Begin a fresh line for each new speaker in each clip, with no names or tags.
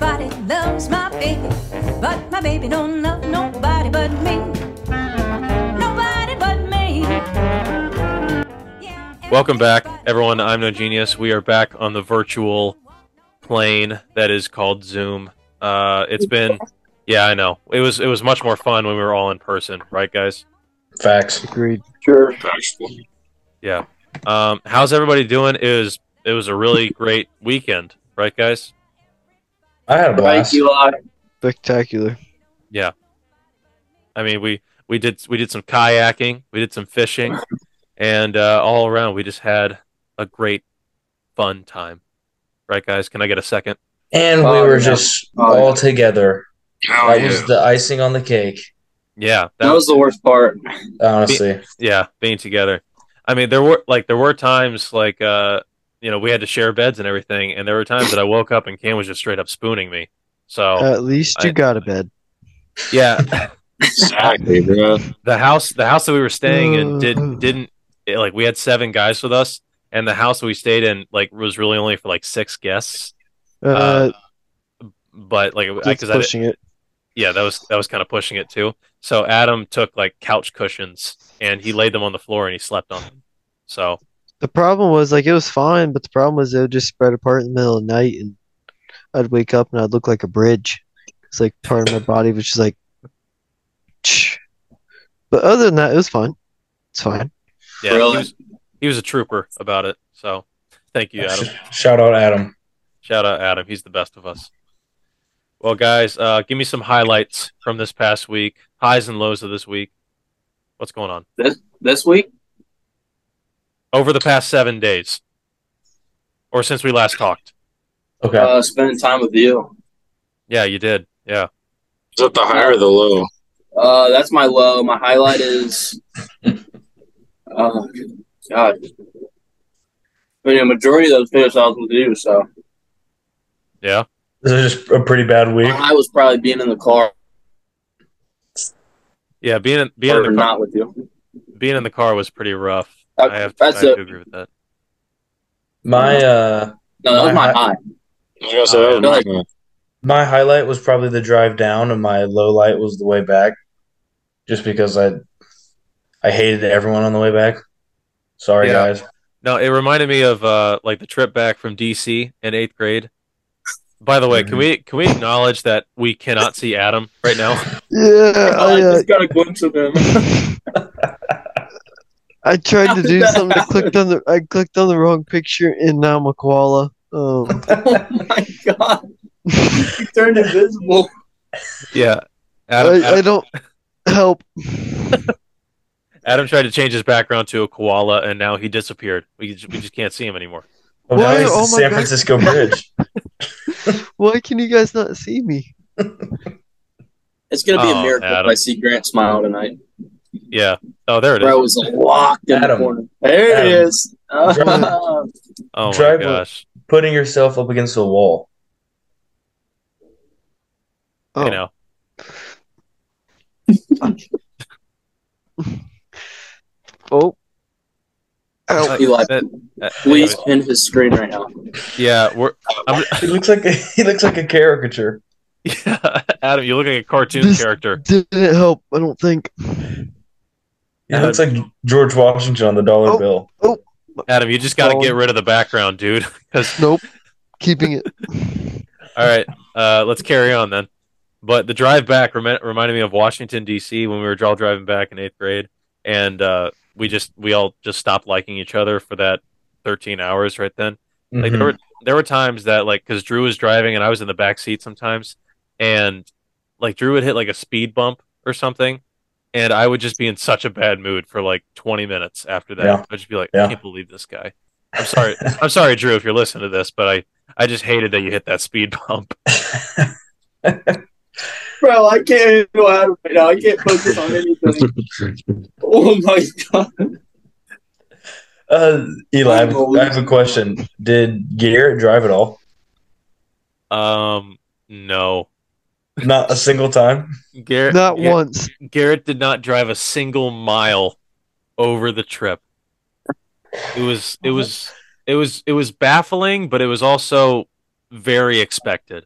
loves my baby, but my baby don't love nobody but me. Nobody but me. Yeah,
Welcome back,
everybody-
everyone. to I'm No Genius. We are back on the virtual plane that is called Zoom. Uh, it's been, yeah, I know. It was it was much more fun when we were all in person, right, guys?
Facts.
Agreed.
Sure.
Yeah. Um, how's everybody doing? It was it was a really great weekend, right, guys?
I had a
Thank
blast.
you, Eli.
Spectacular.
I mean, we we did we did some kayaking, we did some fishing, and uh, all around we just had a great fun time, right, guys? Can I get a second?
And we
Oh,
were
yeah.
just
Oh,
all
yeah.
together.
Hell
That
yeah.
was the icing on the cake,
Yeah,
That was the worst part.
honestly.
yeah being together i mean there were like there were times like uh you know we had to share beds and everything and there were times that i woke up and cam was just straight up spooning me so
At least you
I-
got a bed.
yeah
Exactly, bro.
the house the house that we were staying in did
Ugh.
didn't it, like we had seven guys with us and the house that we stayed in like was really only for like six guests
Uh,
but like I-
that's
'cause I did-
pushing it.
yeah that was that was kind of pushing it too so adam took like couch cushions and he laid them on the floor and he slept on them so
The problem was like it was fine, but the problem was it would just spread apart in the middle of the night, and I'd wake up and I'd look like a bridge. It's like part of my body was just like, "Tch." but other than that, it was fine. It's fine.
yeah
Really?
he, was, he was a trooper about it so thank you adam
Shout out, Adam.
shout out adam he's the best of us well guys uh, give me some highlights from this past week highs and lows of this week what's going on
This week?
over the past seven days or since we last talked
Okay.
Uh, spending time with you.
yeah you did yeah
Is that the high or the low?
Uh, that's my low. My highlight is. Uh, God. I mean, a majority of those videos I was with you, so.
yeah
this is just a pretty bad week.
I was probably being in the car
yeah being in, being in
or
the car,
not with you.
being in the car was pretty rough
That-
i have to, I
that's
have to
it.
agree with that
My uh
No, that was
My hi-
my high.
Like I said, that was mine.
my highlight was probably the drive down and my low light was the way back. Just because I I hated everyone on the way back. Sorry
Yeah.
guys.
No, it reminded me of uh, like the trip back from DC in eighth grade. By the
Mm-hmm.
way, can we can we acknowledge that we cannot see Adam right now?
Yeah, I,
I
uh,
just got a glimpse of him.
I tried to do
How did that
something. I clicked on the I clicked on the wrong picture, and now I'm a koala. Um,
oh my god. He turned invisible.
Yeah, Adam,
I, I
Adam,
don't help.
Adam tried to change his background to a koala, and now he disappeared. We just, we just can't see him anymore.
Oh, now
Why-
he's the
oh my
San
God.
Francisco Bridge.
Why can you guys not see me?
It's gonna be
Oh,
a miracle
Adam.
if I see Grant smile tonight.
Yeah. Oh, there it is.
Bro was like locked in
Adam.
the corner. There he
Adam.
is. Ah.
Oh my
Driver.
gosh.
Putting yourself up against the wall.
Oh,
You know.
oh, Ow.
Uh,
Eli,
that- uh,
please pin his screen right now.
Yeah, we're. I'm,
He looks like a, he looks like a caricature.
yeah, Adam, you look like a cartoon
This-
character.
didn't help. I don't think.
He looks like George Washington on the dollar
Oh.
bill.
Adam, you just got to
Oh.
get rid of the background, dude. Because
Nope. Keeping it.
All right, uh, let's carry on then. But the drive back remi- reminded me of Washington D.C. when we were all driving back in eighth grade, and uh, we just we all just stopped liking each other for that thirteen hours right then. Like
Mm-hmm.
there were there were times that like because Drew was driving and I was in the back seat sometimes, and like Drew would hit like a speed bump or something, and I would just be in such a bad mood for like twenty minutes after that.
Yeah.
I'd just be like, I
Yeah.
can't believe this guy. I'm sorry, I'm sorry, Drew, if you're listening to this, but I I just hated that you hit that speed bump.
Bro, I can't go out right now. I can't focus on anything. Oh my god.
uh, Eli, I have, I have a question. Did Garrett drive at all?
Um, no.
Not a single time.
Garrett
Not
Gar-
once.
Garrett did not drive a single mile over the trip. It was it was it was it was baffling, but it was also very expected.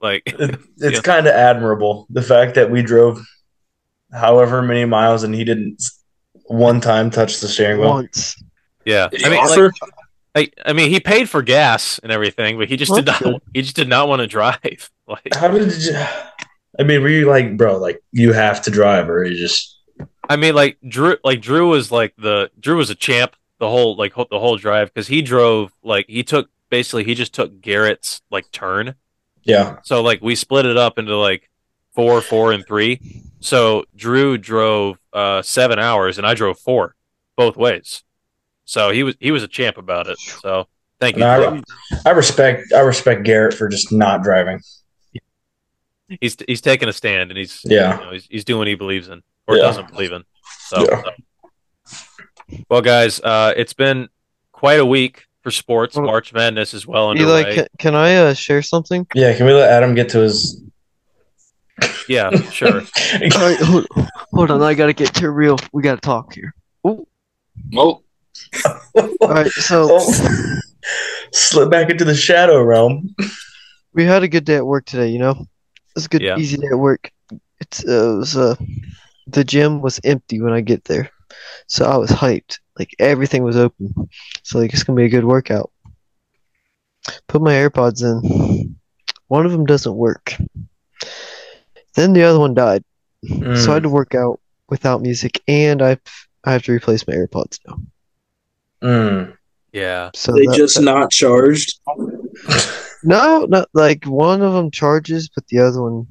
Like,
It, it's
Yeah.
kind of admirable the fact that we drove however many miles and he didn't s- one time touch the steering wheel.
Once.
yeah. I
Did he
mean, like,
offer?
I, I mean, he paid for gas and everything, but he just did
That's
not. He just did not want to drive. Like,
How did you? I mean, were you like, bro, like you have to drive, or you just
I mean, like Drew, like Drew was like the Drew was a champ the whole like ho- the whole drive because he drove like he took basically he just took Garrett's like turn.
yeah,
So like we split it up into like four, four, and three. So Drew drove uh seven hours and I drove four both ways. So he was he was a champ about it. So thank you.
No, I-
Drew.
I respect, I respect Garrett for just not driving.
He's he's taking a stand and he's
Yeah.
you know, he's, he's doing what he believes in or
Yeah.
doesn't believe in. So,
Yeah.
so. well, guys, uh, it's been quite a week for sports.
Well,
March Madness is well underway.
Eli, can, can I uh, share something?
Yeah, can we let Adam get to his?
yeah, sure.
All right, hold, hold on. I gotta get to real. We gotta talk here.
Nope.
All right, so
Oh. Slip back into the shadow realm.
we had a good day at work today. You know, it was a good,
Yeah.
easy day at work. It's uh, it was uh, the gym was empty when I get there, so I was hyped. Like everything was open, so like it's gonna be a good workout. Put my AirPods in. One of them doesn't work. Then the other one died, so I
Mm.
had to work out without music, and I I have to replace my AirPods now.
Mm.
Yeah,
So
they
that-
just
that-
not charged.
No, not like one of them charges, but the other one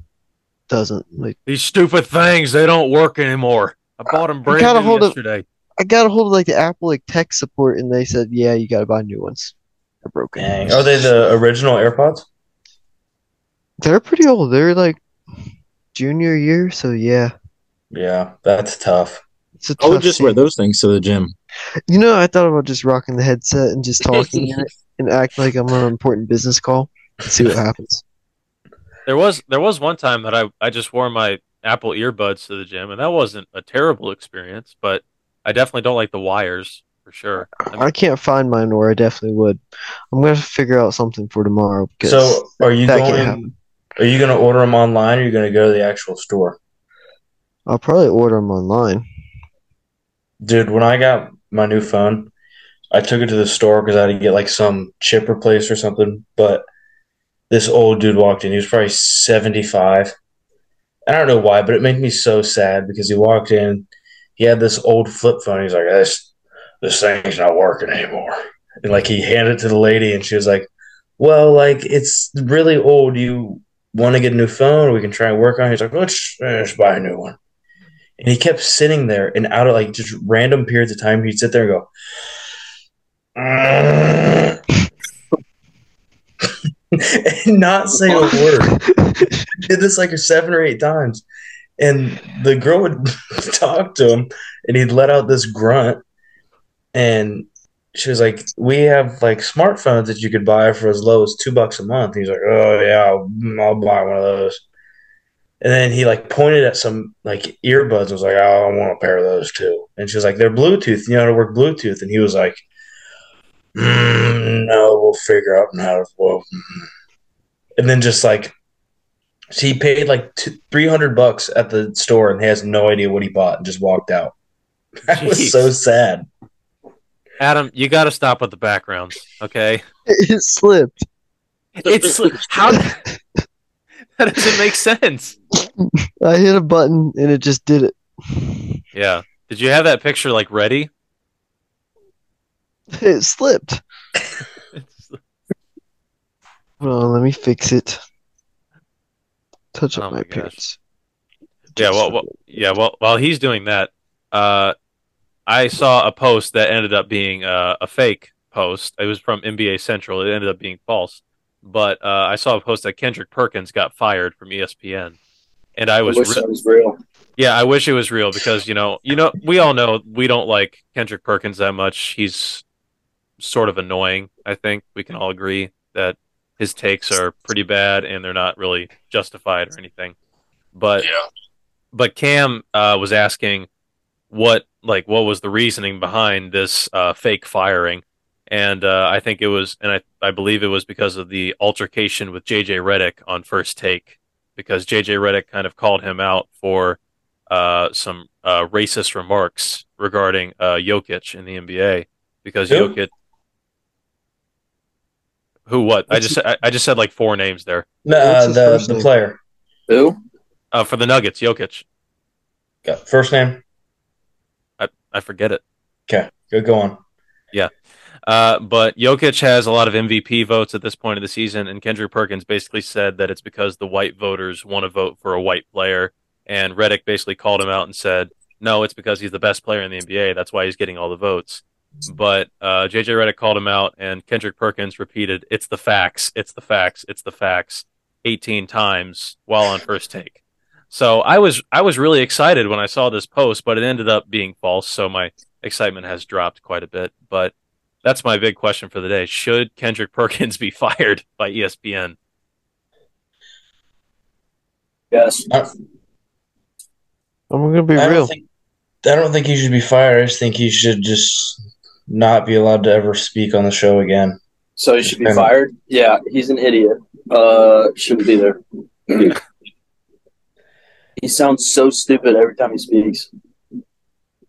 doesn't. Like
these stupid things they don't work anymore. I bought them brand
gotta
new
hold up-
yesterday.
I got a hold of like the Apple like tech support, and they said, "Yeah, you gotta buy new ones. They're broken.
Dang. Are they the original AirPods?
They're pretty old. They're like junior year, so yeah,
Yeah, that's tough.
it's a
Oh,
I would
tough.
just
scene.
wear those things to the gym.
You know, I thought about just rocking the headset and just talking in it and act like I'm on an important business call. and see what happens.
There was there was one time that I I just wore my Apple earbuds to the gym, and that wasn't a terrible experience, but I definitely don't like the wires for sure. I mean,
I can't find mine, or I definitely would. I'm gonna figure out something for tomorrow because
So, are you
that can't
going?
happen.
Are you going to order them online? or Are you going to go to the actual store?
I'll probably order them online.
Dude, when I got my new phone, I took it to the store because I had to get like some chip replaced or something. But this old dude walked in. He was probably 75. And I don't know why, but it made me so sad because he walked in. He had this old flip phone. He's like, this, this thing's not working anymore. And like he handed it to the lady and she was like, well, like it's really old. You want to get a new phone? We can try and work on it. He's like, let's, let's buy a new one. And he kept sitting there and out of like just random periods of time, he'd sit there and go, and not say a word. Did this like seven or eight times. And the girl would talk to him and he'd let out this grunt. And she was like, We have like smartphones that you could buy for as low as two bucks a month. He's like, Oh, yeah, I'll, I'll buy one of those. And then he like pointed at some like earbuds and was like, Oh, I want a pair of those too. And she was like, They're Bluetooth. You know how to work Bluetooth. And he was like, "Mm, No, we'll figure out how to. Well, mm." and then just like, she paid like two, 300 bucks at the store and has no idea what he bought and just walked out. That was
Jeez.
so sad.
Adam, you got to stop with the backgrounds, okay?
It slipped.
It's how that doesn't make sense.
I hit a button and it just did it.
Yeah. Did you have that picture like ready?
It slipped. Hold on, let me fix it. Touch
Oh
up
my
my,
gosh.
appearance.
yeah. Well, well. Yeah. Well. While he's doing that, uh, I saw a post that ended up being uh, a fake post. It was from NBA Central. It ended up being false. But uh, I saw a post that Kendrick Perkins got fired from E ESPN, and I
I
was
wish
re-
that was real.
Yeah, I wish it was real because you know, you know, we all know we don't like Kendrick Perkins that much. He's sort of annoying. I think we can all agree that his takes are pretty bad and they're not really justified or anything. But
Yeah.
but Cam uh, was asking what like what was the reasoning behind this uh, fake firing, and uh, I think it was, and I, I believe it was because of the altercation with JJ Reddick on first take, because JJ Reddick kind of called him out for uh, some uh, racist remarks regarding uh, Jokic in the NBA, because
Who?
Jokic, who what? I just I, I just said like four names there
No,
What's
uh,
his
the
first
the
name?
player.
Who?
uh, for the Nuggets. Jokic,
Got first name.
I forget it.
Okay, go go on.
Uh, but Jokic has a lot of MVP votes at this point of the season, and Kendrick Perkins basically said that it's because the white voters want to vote for a white player, and Reddick basically called him out and said, "No, it's because he's the best player in the NBA. That's why he's getting all the votes." But uh, JJ Reddick called him out, and Kendrick Perkins repeated, "It's the facts. It's the facts. It's the facts." 18 times while on first take. So I was I was really excited when I saw this post, but it ended up being false. So my excitement has dropped quite a bit. But that's my big question for the day. Should Kendrick Perkins be fired by E ESPN?
Yes.
I'm gonna be
I
real.
don't think I don't think he should be fired. I just think he should just not be allowed to ever speak on the show again.
So he should be
Depending.
fired? Yeah, he's an idiot. Uh, shouldn't be there. he sounds so stupid every time he speaks.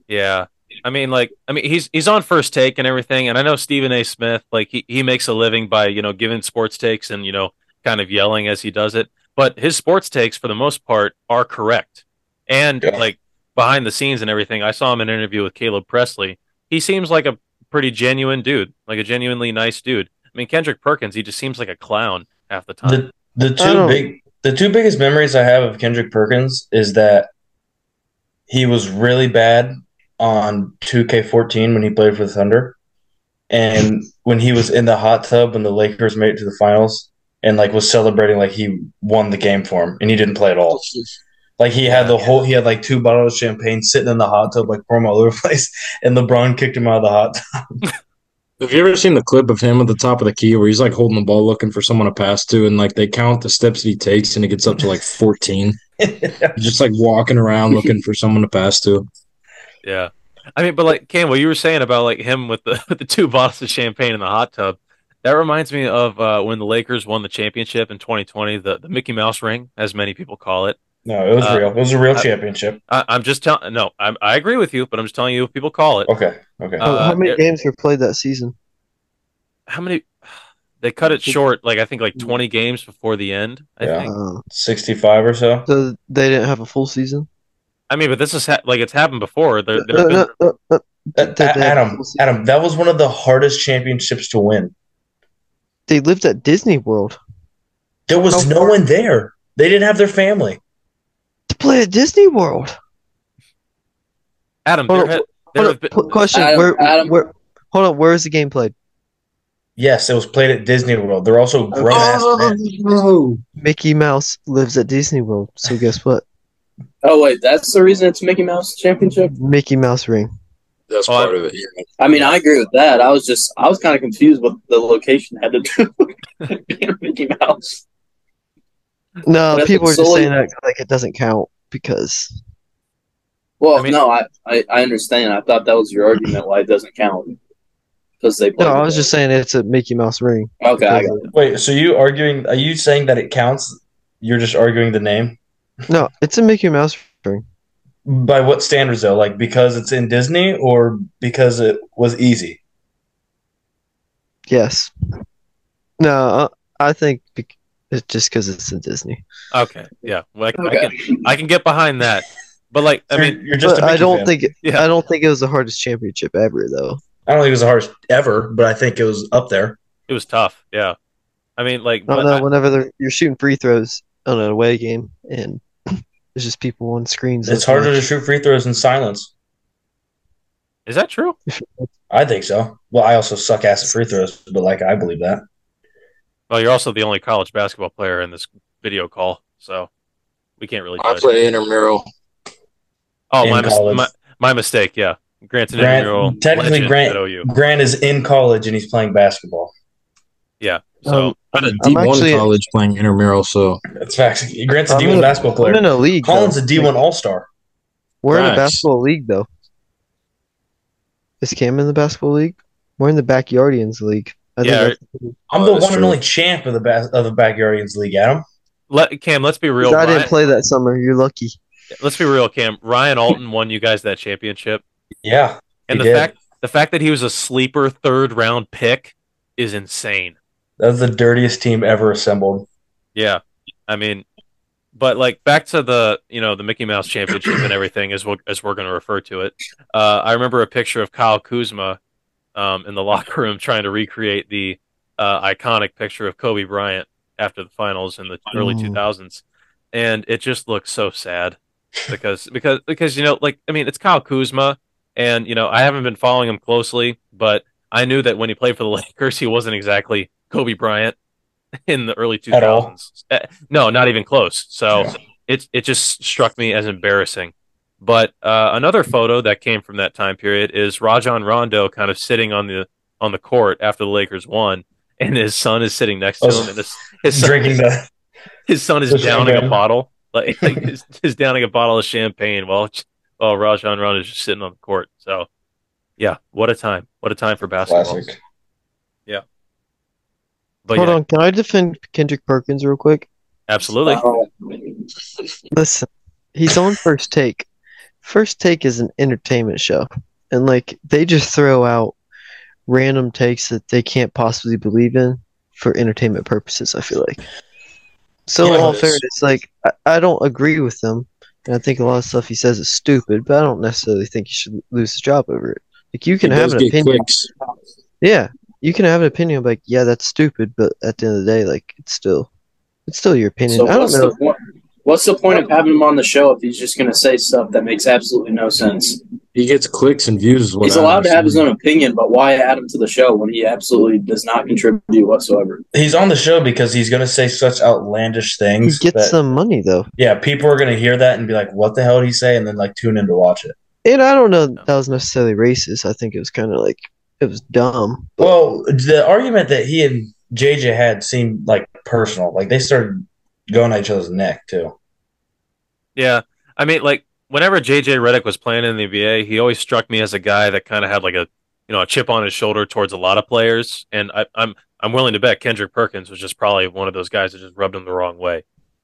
Yeah. I mean, like, I mean, he's he's on first take and everything, and I know Stephen A. Smith, like, he, he makes a living by you know giving sports takes and you know kind of yelling as he does it, but his sports takes for the most part are correct, and
Yeah.
like behind the scenes and everything. I saw him in an interview with Caleb Presley. He seems like a pretty genuine dude, like a genuinely nice dude. I mean, Kendrick Perkins, he just seems like a clown half the time.
The the two
don't-
big the two biggest memories I have of Kendrick Perkins is that he was really bad on 2K14 when he played for the Thunder, and when he was in the hot tub when the Lakers made it to the finals, and like was celebrating like he won the game for him, and he didn't play at all. Like he had the whole, he had like two bottles of champagne sitting in the hot tub, like pouring all over the place, and LeBron kicked him out of the hot tub.
Have you ever seen the clip of him at the top of the key where he's like holding the ball looking for someone to pass to and like they count the steps that he takes and it gets up to like 14? He's just like walking around looking for someone to pass to.
Yeah. I mean, but like Cam, what you were saying about like him with the with the two bottles of champagne in the hot tub, that reminds me of uh, when the Lakers won the championship in 2020, the, the Mickey Mouse ring, as many people call it.
No, it was
Uh,
real. It was a real
I-
championship.
I, I'm just telling. No, I'm, I agree with you, but I'm just telling you what people call it.
Okay, okay.
How-
uh,
how many
it-
games were played that season?
How many? They cut it short, like I think like 20 games before the end. I
Yeah.
think.
Uh,
65 or so.
so they didn't have a full season.
I mean, but this is ha- like it's happened before. There, there
Uh,
have been,
no, uh, uh,
Uh,
did they have a
Adam,
full season?
Adam, that was one of the hardest championships to win.
They lived at Disney World.
There was
How
no
far-
one there. They didn't have their family.
To play at Disney World.
Adam.
Hold
There,
on,
ha- there have
Hold on,
been,
qu- question.
Adam-
where,
Adam-
where? Hold on. Where is the game played?
Yes, it was played at Disney World. They're also grown ass
Oh.
men.
no.
Mickey Mouse lives at Disney World. So guess what?
Oh wait, that's the reason it's Mickey Mouse Championship.
Mickey Mouse ring.
That's
Oh, part
of it.
I mean, I agree with that. I was just, I was kind of confused what the location had to do with being Mickey Mouse.
No,
That's
people are just
solely-
saying that like it doesn't count because
Well,
I mean-
no, I, I, I understand. I thought that was your argument why it doesn't count because they.
no,
played
I was
together.
just saying it's a Mickey Mouse ring.
okay. I got
Wait, so you arguing? Are you saying that it counts? You're just arguing the name
No, it's a Mickey Mouse ring.
by what standards though? Like because it's in Disney or because it was easy?
Yes. No, uh, I think bec- it's just because it's in Disney.
okay, yeah, well, I,
Okay.
I can I can get behind that, but like I mean,
you're, you're just.
but
I
I don't think
Yeah.
I don't think it was the hardest championship ever though.
I don't think it was the hardest ever, but I think it was up there.
it was tough. Yeah, I mean, like
I
but
don't know. Whenever they're- you're shooting free throws on an away game and there's just people on screens,
It's
looking
harder to
at
shoot free throws in silence.
Is that true?
I think so. Well, I also suck ass at free throws, but like I believe that.
Well, you're also the only college basketball player in this video call, so we can't really judge.
intramural.
oh, my,
in
mis-
college.
my my mistake. Yeah, Grant's an
Grant-
intramural
technically
legend
Grant- Um,
at OU.
Grant is in college and he's playing basketball.
So
Um,
I had a
I'm
D1
actually-
college playing intramural, so
That's facts. Grant's a
I'm
D1
gonna-
basketball
I'm
player.
in a league.
Colin's
though.
a D1 All Star.
We're in a
Facts.
basketball league though. Is Cam in the basketball league? We're in the Backyardians League. I
Yeah,
think that's-
I'm
Oh,
the
that's
one and
true.
only champ of the ba- of the Backyardians League, Adam.
Let Cam, let's be real.
I didn't
Ryan,
play that summer. You're lucky.
let's be real, Cam. Ryan Alton won you guys that championship,
Yeah,
and
He
the
did.
fact the fact that he was a sleeper third round pick is insane.
that was the dirtiest team ever assembled.
Yeah, I mean, but like back to the you know the Mickey Mouse Championship and everything as we as we're going to refer to it. Uh, I remember a picture of Kyle Kuzma um, in the locker room trying to recreate the uh, iconic picture of Kobe Bryant after the finals in the early
Oh.
two thousands, and it just looks so sad because because because you know like I mean it's Kyle Kuzma and you know I haven't been following him closely, but I knew that when he played for the Lakers he wasn't exactly Kobe Bryant in the early two
At all.
thousands. Uh, No, not even close. So it it just struck me as embarrassing. But uh, another photo that came from that time period is Rajon Rondo kind of sitting on the on the court after the Lakers won, and his son is sitting next to
Oh,
him, and his his son,
Drinking the
his son is
the
downing a
champagne.
bottle, like, like is, is downing a bottle of champagne while while Rajon Rondo is just sitting on the court. So, yeah, what a time! What a time for basketball.
classic.
But
Hold
yeah,
on. Can I defend Kendrick Perkins real quick?
absolutely.
Oh.
Listen, he's on First Take. First Take is an entertainment show, and like they just throw out random takes that they can't possibly believe in for entertainment purposes. I feel like. So in
Yeah,
all
it's-
fairness, like I, I don't agree with them, and I think a lot of stuff he says is stupid. But I don't necessarily think he should lose his job over it. Like you can
He
have
does
an
get
opinion.
quicks.
Yeah, you can have an opinion. Like yeah, that's stupid. But at the end of the day, like it's still, it's still your opinion.
So
I don't
what's
know.
the point? What's the point of having him on the show if he's just going to say stuff that makes absolutely no sense?
He gets clicks and views. Is what
he's
I
allowed to have his
understand.
own opinion, but why add him to the show when he absolutely does not contribute whatsoever?
He's on the show because he's going to say such outlandish
He
things.
gets
that,
some money though.
yeah, people are going to hear that and be like, "What the hell did he say?" And then like tune in to watch it.
And I don't know that, that was necessarily racist. I think it was kind of like it was dumb.
Well, the argument that he and JJ had seemed like personal. Like they started going at each other's neck too.
Yeah. I mean, like, whenever JJ Redick was playing in the NBA, he always struck me as a guy that kind of had like a, you know, a chip on his shoulder towards a lot of players. And I, I'm, I'm willing to bet Kendrick Perkins was just probably one of those guys that just rubbed him the wrong way.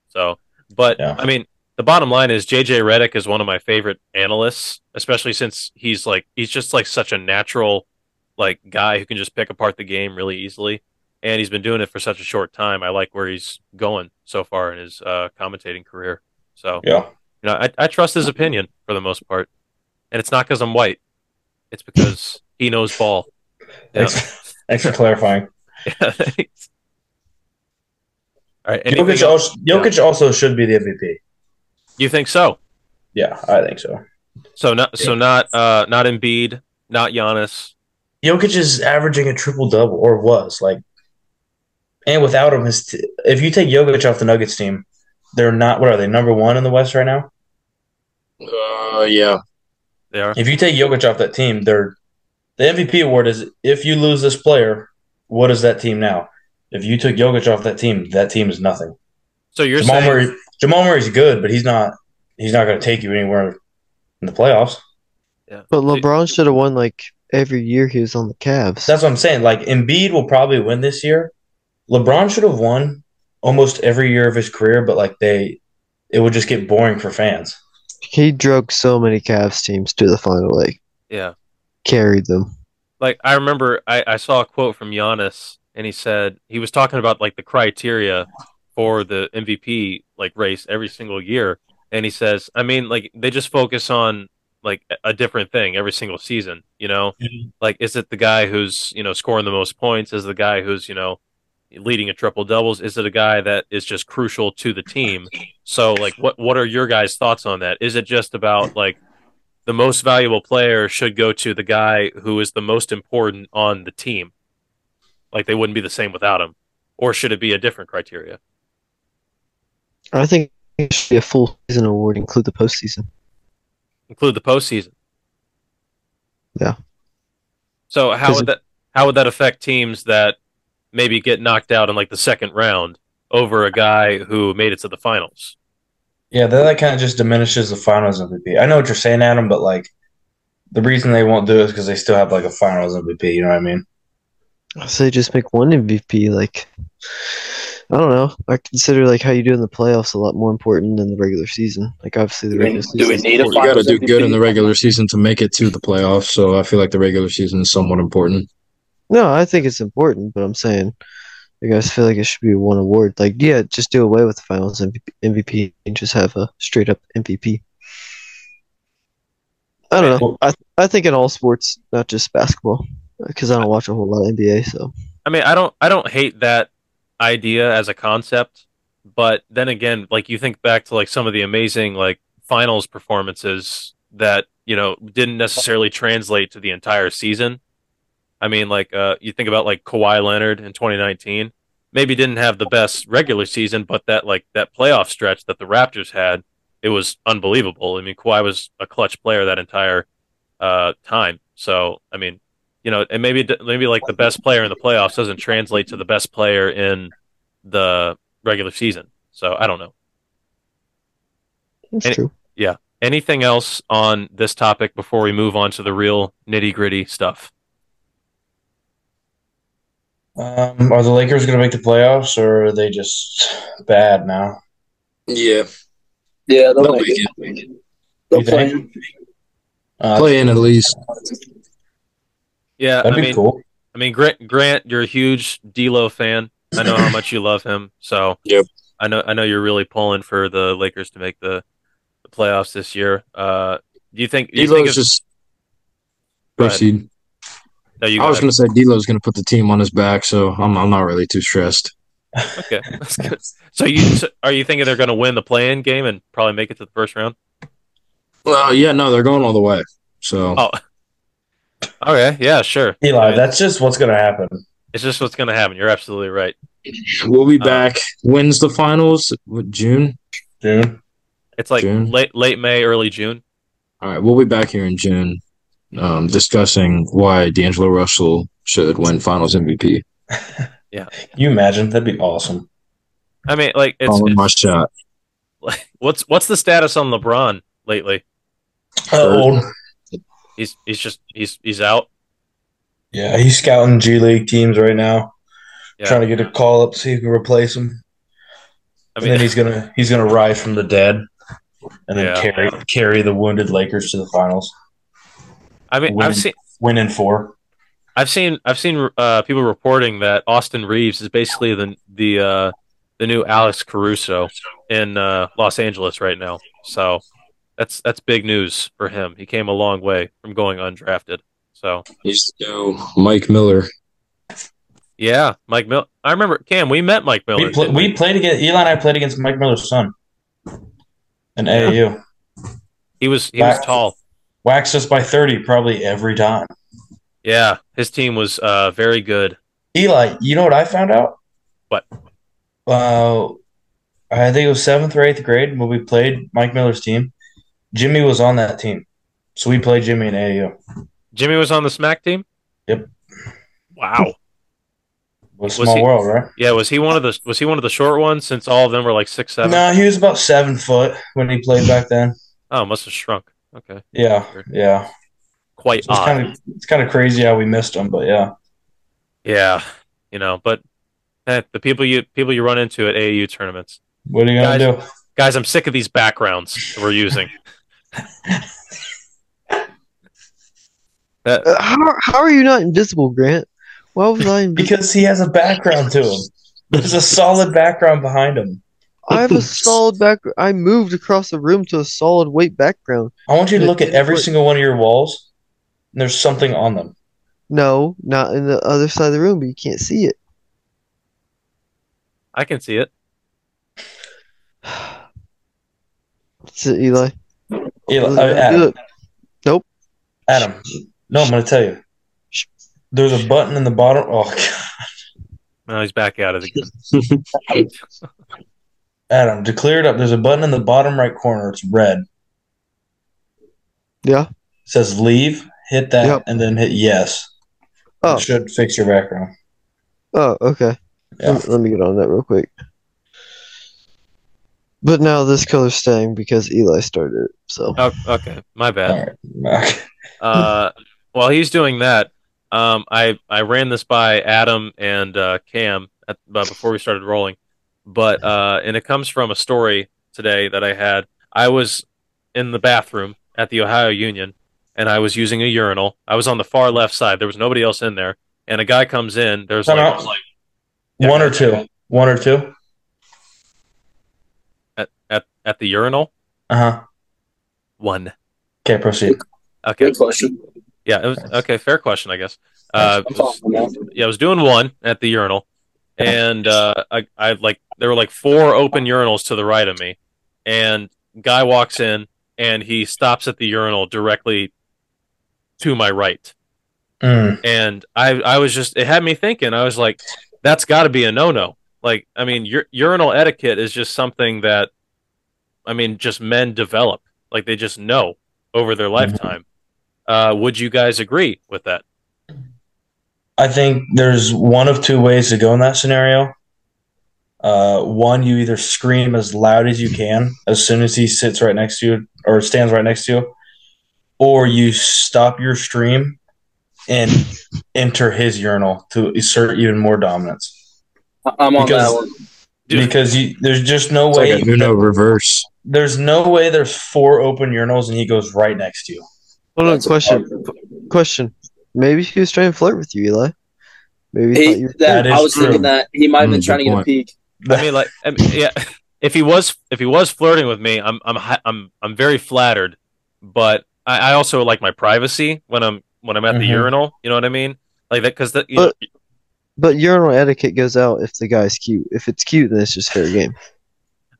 So, but
Yeah.
I mean, the bottom line is JJ Redick is one of my favorite analysts, especially since he's like, he's just like such a natural, like, guy who can just pick apart the game really easily. And he's been doing it for such a short time. I like where he's going so far in his uh, commentating career. So,
Yeah,
you know, I, I trust his opinion for the most part, and it's not because I'm white. It's because he knows ball. Yeah.
thanks, thanks for clarifying.
All right. anything
Jokic,
else?
also, Jokic also should be the MVP.
You think so?
Yeah, I think so.
So not so not uh not Embiid, not Giannis.
Jokic is averaging a triple double, or was like, and without him, his t- if you take Jokic off the Nuggets team, they're not. What are they? Number one in the West right now.
Uh, yeah.
They are.
If you take Jokic off that team, they're the MVP award is if you lose this player, what is that team now? If you took Jokic off that team, that team is nothing.
So you're
Jamal
saying
Murray, Jamal Murray's good, but he's not. He's not going to take you anywhere in the playoffs.
But LeBron should have won like every year he was on the Cavs.
That's what I'm saying. Like Embiid will probably win this year. LeBron should have won almost every year of his career, but like they, it would just get boring for fans.
He drug so many Cavs teams to the final, like
yeah.
carried them.
like I remember I, I saw a quote from Giannis and he said he was talking about like the criteria for the MVP like race every single year and he says I mean like they just focus on like a- a different thing every single season you know like is it the guy who's you know scoring the most points is it the guy who's you know leading a triple doubles is it a guy that is just crucial to the team so like what what are your guys thoughts on that is it just about like the most valuable player should go to the guy who is the most important on the team. Like they wouldn't be the same without him. Or should it be a different criteria?
I think it should be a full season award, include the postseason.
Include the postseason.
Yeah.
So how
'Cause
would
it-
that how would that affect teams that maybe get knocked out in like the second round over a guy who made it to the finals?
Yeah, then that kind of just diminishes the Finals MVP. I know what you're saying, Adam, but like the reason they won't do it is because they still have like a finals MVP. You know what I mean?
I say just make one MVP. Like, I don't know. I consider like how you do in the playoffs a lot more important than the regular season. Like, obviously the
Do we-
regular
do
season.
we need a
You got to
Finals
do good in the
MVP.
regular season to make it to the playoffs. So I feel like the regular season is somewhat important.
No, I think it's important, but I'm saying I guys feel like it should be one award. Like, yeah, just do away with the finals MVP MVP and just have a straight up MVP. I don't know. I I think in all sports, not just basketball, because I don't watch a whole lot of NBA. So
I mean, I don't I don't hate that idea as a concept, but then again, like you think back to like some of the amazing like finals performances that, you know, didn't necessarily translate to the entire season. I mean, like uh you think about like Kawhi Leonard in 2019, maybe didn't have the best regular season, but that like that playoff stretch that the Raptors had, it was unbelievable. I mean, Kawhi was a clutch player that entire uh time. So, I mean, you know, and maybe maybe like the best player in the playoffs doesn't translate to the best player in the regular season. So I don't know.
that's
Any-
true.
Anything else on this topic before we move on to the real nitty gritty stuff?
Um, are the Lakers going to make the playoffs, or are they just bad now?
Yeah,
Yeah, they'll
They'll
make
make
it. They'll
You
play.
think? Uh,
play in at least.
Yeah,
that'd
I
be
mean,
cool.
I mean, Grant, Grant, you're a huge D'Lo fan. I know how much you love him. So
Yep.
I know I know you're really pulling for the Lakers to make the, the playoffs this year. Uh, do you think? Do you think
D'Lo's
if-
just
Go ahead.
proceed.
no, you
I was
got
going to say D'Lo's going to put the team on his back, so I'm I'm not really too stressed.
it. okay. That's good. So you so are you thinking they're going to win the play-in game and probably make it to the first round?
Well, yeah, no, they're going all the way. So
Oh. Okay, yeah, sure.
Eli, that's just what's going to happen.
It's just what's going to happen. You're absolutely right.
we'll be back. When's the finals? What, June.
June.
It's like
June.
late late May, early June.
All right, we'll be back here in June, um, discussing why D'Angelo Russell should win Finals MVP.
Can you imagine? That'd be awesome.
I mean, like it's,
Calling my
it's-
shot.
what's what's the status on LeBron lately?
Uh, Old.
He's he's just he's he's out.
Yeah, he's scouting G League teams right now,
Yeah.
trying to get a call up so he can replace him.
I
and
mean,
then he's gonna he's gonna rise from the dead, and then
Yeah.
carry carry the wounded Lakers to the finals.
I mean,
winning.
I've seen
Win in four.
I've seen I've seen uh, people reporting that Austin Reeves is basically the the uh, the new Alex Caruso in uh, Los Angeles right now. So that's that's big news for him. He came a long way from going undrafted. So
He's go Mike Miller.
yeah, Mike Miller. I remember Cam. We met Mike Miller.
We, pl-
didn't we?
we played against Eli and I played against Mike Miller's son, in AAU.
He was he was
Back-
tall.
Waxed us by thirty probably every time.
Yeah, his team was uh, very good.
Eli, you know what I found out?
What?
Uh, I think it was seventh or eighth grade when we played Mike Miller's team. Jimmy was on that team, so we played Jimmy in AAU.
Jimmy was on the Smack team.
Yep.
Wow.
What a
Was
small
he-
world, right?
Yeah, was he one of the was he one of the short ones? Since all of them were like six seven.
No, he was about seven foot when he played back then.
Oh, must have shrunk. Okay,
Yeah, yeah.
quite
So it's
odd.
kind of it's kind of crazy how we missed him, but yeah,
Yeah, you know, but eh, the people you people you run into at AAU tournaments,
what are you gonna do?
guys. I'm sick of these backgrounds that we're using. That-
Uh, how how are you not invisible, Grant? Why was I invisible?
Because he has a background to him. There's a solid background behind him.
I have a solid back. I moved across the room to a solid white background.
I want you to look at every
Wait.
single one of your walls, and there's something on them.
No, not in the other side of the room, but you can't see it.
I can see it.
That's it, Eli.
Eli,
Look,
uh, Adam,
look.
Adam, no, I'm gonna tell you. There's a button in the bottom. Oh, God.
Now he's back at it again.
Adam, to clear it up, there's a button in the bottom right corner. It's red.
Yeah.
It says leave. Hit that,
Yep.
and then hit yes.
Oh.
It should fix your background.
Oh, okay.
Yeah.
Let, let me get on that real quick. But now this color's staying because Eli started it. So
Oh, okay, my bad.
All right.
uh, while he's doing that, um, I I ran this by Adam and uh, Cam at, uh, before we started rolling, but uh, and it comes from a story today that I had. I was in the bathroom at the Ohio Union, and I was using a urinal. I was on the far left side. There was nobody else in there, and a guy comes in. There's
Time
like,
out. One or two. One or two.
at at the urinal
Uh huh.
one.
Okay, proceed.
Okay,
Good question.
yeah, it was okay. Fair question, I guess. Uh,
I'm
it was-
talking about-
yeah, I was doing one at the urinal, and uh, I, I like there were like four open urinals to the right of me, and guy walks in and he stops at the urinal directly to my right,
Mm.
and I I was just it had me thinking I was like that's got to be a no no like I mean ur- urinal etiquette is just something that I mean just men develop like they just know over their lifetime. Uh, would you guys agree with that?
I think there's one of two ways to go in that scenario. Uh, one, you either scream as loud as you can as soon as he sits right next to you or stands right next to you, or you stop your stream and enter his urinal to assert even more dominance.
I- I'm on
Because-
that one.
Dude.
Because you, there's just no
It's like
way.
a Nuno reverse.
There's no way. There's four open urinals and he goes right next to you.
Hold on,
That's a
question.
problem.
Question. Maybe he was trying to flirt with you, Eli. Maybe he thought
He,
you
that,
That
I
is
was
true.
thinking that he might have been
Mm,
trying to
good
get a
point.
peek.
I mean, like, I mean, yeah. If he was, if he was flirting with me, I'm, I'm, hi- I'm, I'm very flattered. But I, I also like my privacy when I'm, when I'm at the
Mm-hmm.
Mhm.
urinal. You know what I mean? Like that, because that. You
But- But urinal etiquette goes out if the guy's cute. If it's cute, then it's just fair game.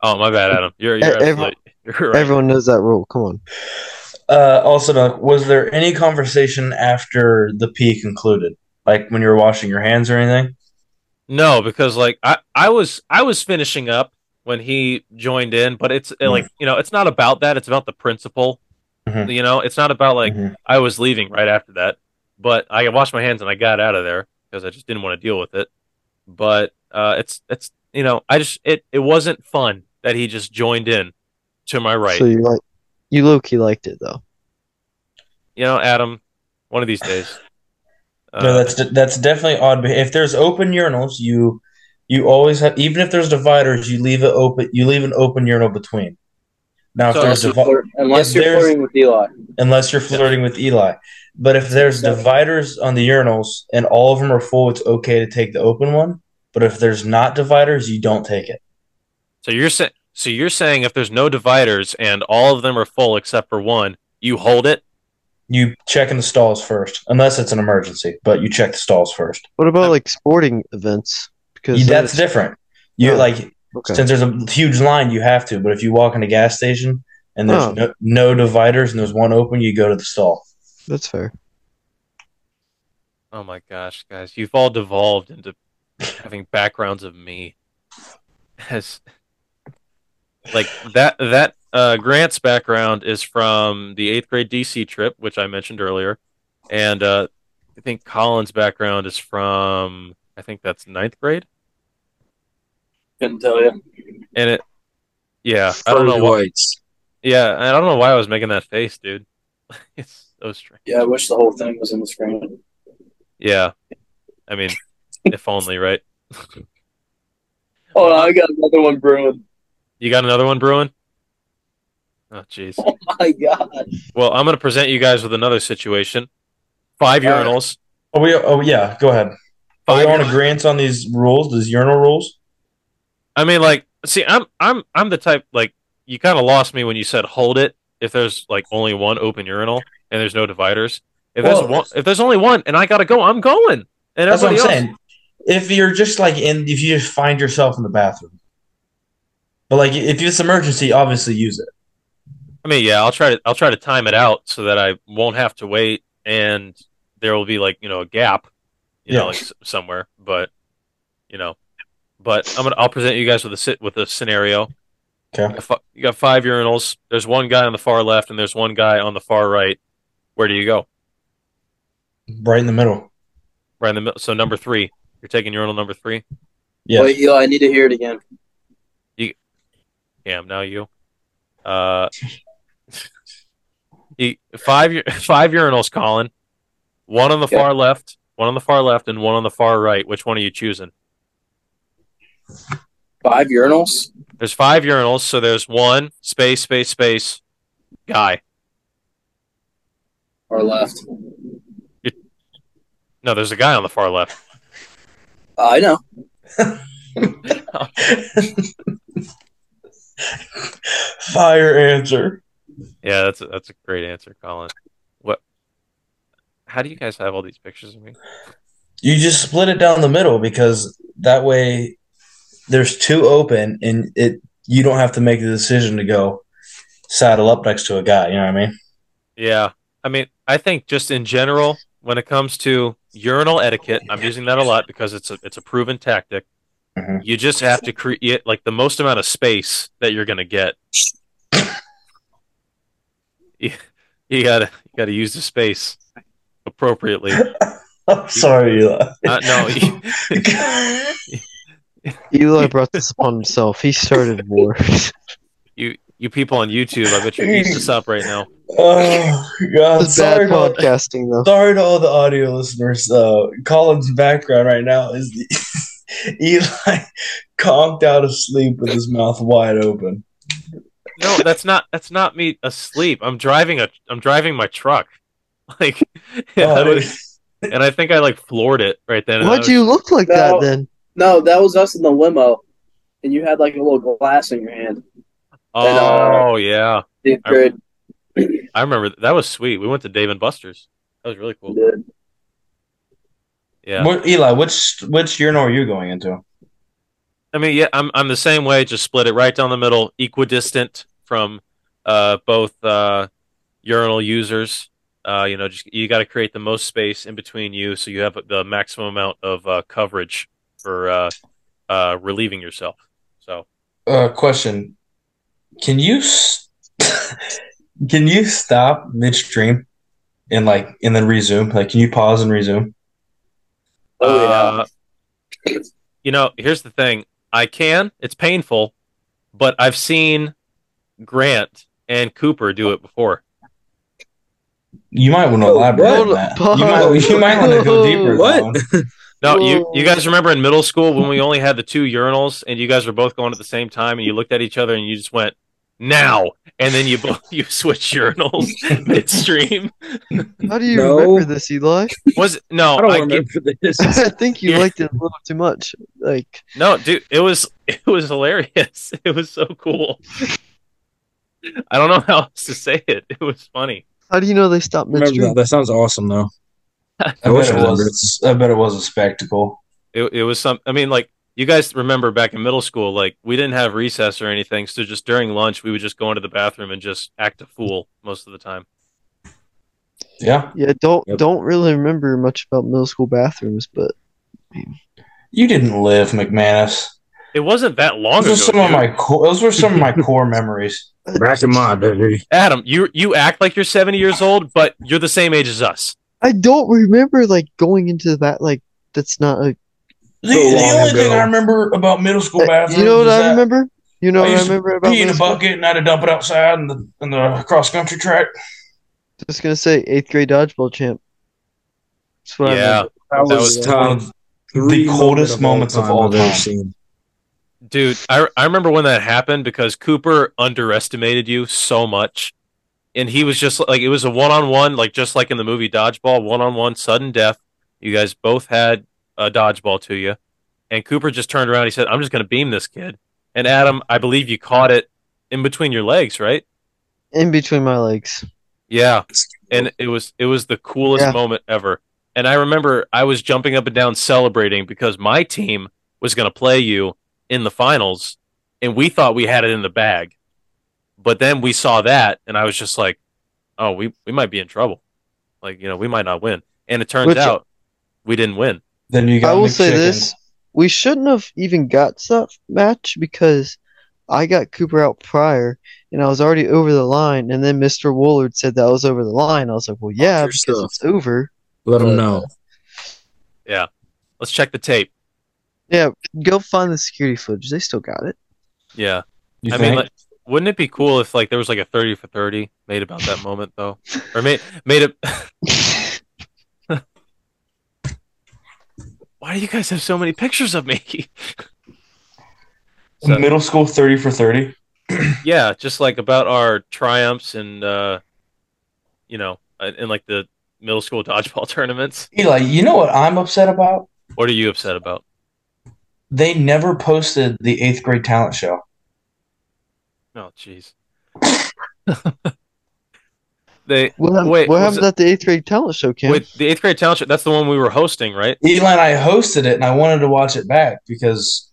oh, my bad, Adam. You're, you're,
Ev- e-, every-
absolutely, you're right.
Everyone knows that rule. Come on.
Uh, also, Doc, was there any conversation after the pee concluded? Like when you were washing your hands or anything?
No, because like I, I was, I was finishing up when he joined in. But it's uh,
Mm-hmm.
like you know, it's not about that. It's about the principle.
Mhm.
You know, it's not about like
Mm-hmm.
Mhm.
I was leaving right after that, but I washed my hands and I got out of there because I just didn't want to deal with it. But uh, it's it's you know I just it it wasn't fun that he just joined in to my right.
So you like, you low key liked it though.
you know, Adam, one of these days. Uh,
no, that's de- that's definitely odd. beha- If there's open urinals, you you always have even if there's dividers, you leave it open. You leave an open urinal between. Now, if
So-
there's divi-
Unless you're, flirt- unless
if
you're
there's-
flirting with Eli.
unless you're flirting with Eli, but if there's
Seven.
dividers on the urinals and all of them are full, it's okay to take the open one. But if there's not dividers, you don't take it.
so you're saying so you're saying if there's no dividers and all of them are full except for one, you hold it.
You check in the stalls first, unless it's an emergency. But you check the stalls first.
What about like sporting events? Because
You- that's different. You
Oh,
like
okay.
since there's a huge line, you have to. But if you walk in a gas station and there's
Oh.
no, no dividers and there's one open, you go to the stall.
That's fair.
Oh my gosh, guys, you've all devolved into having backgrounds of me. As like that that uh Grant's background is from the 8th grade DC trip which I mentioned earlier and uh I think Colin's background is from I think that's ninth grade
Couldn't tell you.
and it yeah, I don't know
Furry
why
lights.
yeah, I don't know why I was making that face, dude. it's so strange.
Yeah, I wish the whole thing was in the screen.
Yeah. I mean, if only, right?
Oh, I got another one brewing.
You got another one brewing? Oh jeez.
Oh my god.
Well, I'm going to present you guys with another situation. Five
All right.
urinals.
Oh, we. Oh, yeah. Go ahead. Are we
Five
on
urinals.
agreement on these rules? These urinal rules?
I mean, like, see, I'm, I'm, I'm the type like you kind of lost me when you said hold it. If there's like only one open urinal and there's no dividers, if
Well-
there's one, if there's only one and I gotta go, I'm going. And
That's what I'm
everybody else,
saying. If you're just like in, if you just find yourself in the bathroom, but like if it's emergency, obviously use it.
I mean, yeah, I'll try to, I'll try to time it out so that I won't have to wait and there will be like you know a gap, you
Yeah.
know, like s- somewhere. But you know, but I'm gonna, I'll present you guys with a sit with a scenario.
Okay.
Fi- You got five urinals. There's one guy on the far left, and there's one guy on the far right. Where do you go?
Right in the middle.
Right in the middle. So number three, you're taking urinal number three.
Yes.
Wait, Eli, I need to hear it again.
Cam, now you. Uh, He five u- five urinals, Colin. One on the
Yeah.
far left, one on the far left, and one on the far right. Which one are you choosing?
Five urinals.
There's five urinals, so there's one space, space, space, guy.
Or left.
No, there's a guy on the far left.
Oh, I know.
Fire answer.
Yeah, that's a, that's a great answer, Colin. What? How do you guys have all these pictures of me?
You just split it down the middle because that way there's two open and it you don't have to make the decision to go saddle up next to a guy, you know what I mean?
Yeah, I mean, I think just in general, when it comes to urinal etiquette, I'm using that a lot because it's a it's a proven tactic.
Mhm.
You just have to create like the most amount of space that you're gonna get. You, you gotta you gotta use the space appropriately.
I'm sorry, Eli.
Uh, no, you-
Eli brought this upon himself. He started war.
you you people on YouTube, I bet you're eating this up right now.
oh god.
This is bad
Sorry to, all,
podcasting, though.
sorry to all the audio listeners. Uh Colin's background right now is the Eli conked out of sleep with his mouth wide open.
No, that's not that's not me asleep. I'm driving a I'm driving my truck. Like I
Oh,
was- and I think I like floored it right then. and I
Why'd
was-
you look like
No.
that then?
No, that was us in the limo, and you had like a little glass in your hand.
Oh yeah,
Dude,
I-
good.
I remember th- that was sweet. We went to Dave and Buster's. That was really cool.
Dude.
Yeah,
What- Eli, which which urinal are you going into?
I mean, yeah, I'm I'm the same way. Just split it right down the middle, equidistant from uh, both uh, urinal users. Uh, you know, just you got to create the most space in between you, so you have the maximum amount of uh, coverage for uh, uh, relieving yourself. So
Uh, question: Can you s can you stop midstream and like and then resume? Like, can you pause and resume?
Oh, yeah.
Uh, you know, here's the thing. I can. It's painful, but I've seen Grant and Cooper do it before.
You might want to elaborate on
Oh, what?
that. You might you might want to go deeper. with that
What?
one.
No, you you
Whoa.
guys remember in middle school when we only had the two urinals and you guys were both going at the same time and you looked at each other and you just went now and then you both you switch urinals midstream.
How do you
No.
remember this, Eli?
Was no,
I
I,
don't
get-
remember this.
I think you
Yeah.
liked it a little too much. Like,
No, dude, it was it was hilarious. It was so cool. I don't know how else to say it. It was funny.
how do you know they stopped
Remember
midstream?
that. That sounds awesome, though.
I
I wish
bet
I
it
remembered.
was. I bet it was a spectacle.
It it was some. I mean, like you guys remember back in middle school, like we didn't have recess or anything, so just during lunch we would just go into the bathroom and just act a fool most of the time.
Yeah,
Yeah, don't
Yep.
don't really remember much about middle school bathrooms, but
you didn't live, McManus.
It wasn't that long
Those
ago.
were some of
dude.
my core. Those were some of my core memories.
Back in my day.
Adam, you you act like you're seventy years old, but you're the same age as us.
I don't remember like going into the bat. Like, that's not a.
The,
So
the
long
only
ago.
thing I remember about middle school
Uh,
bathrooms.
you know what
is
I
that
remember? You know
I
what I
used to
remember about
Pee in
middle
a
school?
bucket, and I had to dump it outside in the in the cross country track.
Just gonna say eighth grade dodgeball champ. That's what I
Yeah.
remember.
That
That
was
was-
top three
coldest moments of all
I've ever
time.
seen.
Dude, I I remember when that happened because Cooper underestimated you so much. And he was just like it was a one on one, like just like in the movie Dodgeball, one on one, sudden death. You guys both had a dodgeball to you. And Cooper just turned around, he said, I'm just gonna beam this kid. And Adam, I believe you caught it in between your legs, right?
In between my legs.
Yeah. And it was it was the coolest
Yeah.
moment ever. And I remember I was jumping up and down celebrating because my team was going to play you in the finals and we thought we had it in the bag. But then we saw that and I was just like, "Oh, we we might be in trouble. Like, you know, we might not win." And it turns
Which-
out we didn't win.
Then you got.
I will
McChicken.
say this: we shouldn't have even got to that match because I got Cooper out prior, and I was already over the line. And then Mr. Woolard said that I was over the line. I was like, "Well, yeah,
your
because
stuff.
it's over."
Let them know.
Let's check the tape.
Yeah, go find the security footage. They still got it.
Yeah.
You
I
think?
mean, like, Wouldn't it be cool if like there was like a thirty for thirty made about that moment though, or made made it? Why do you guys have so many pictures of me? So-
Middle school 30 for 30.
yeah, just like about our triumphs and uh, you know, and and, like the middle school dodgeball tournaments.
Eli, you know what I'm upset about?
What are you upset about?
They never posted the eighth grade talent show.
Oh, jeez. they
What, hap-
Wait,
what
was
happened
it-
at the eighth grade talent show, Cam?
with the eighth grade talent show. That's the one we were hosting, right?
Eli and I hosted it, and I wanted to watch it back because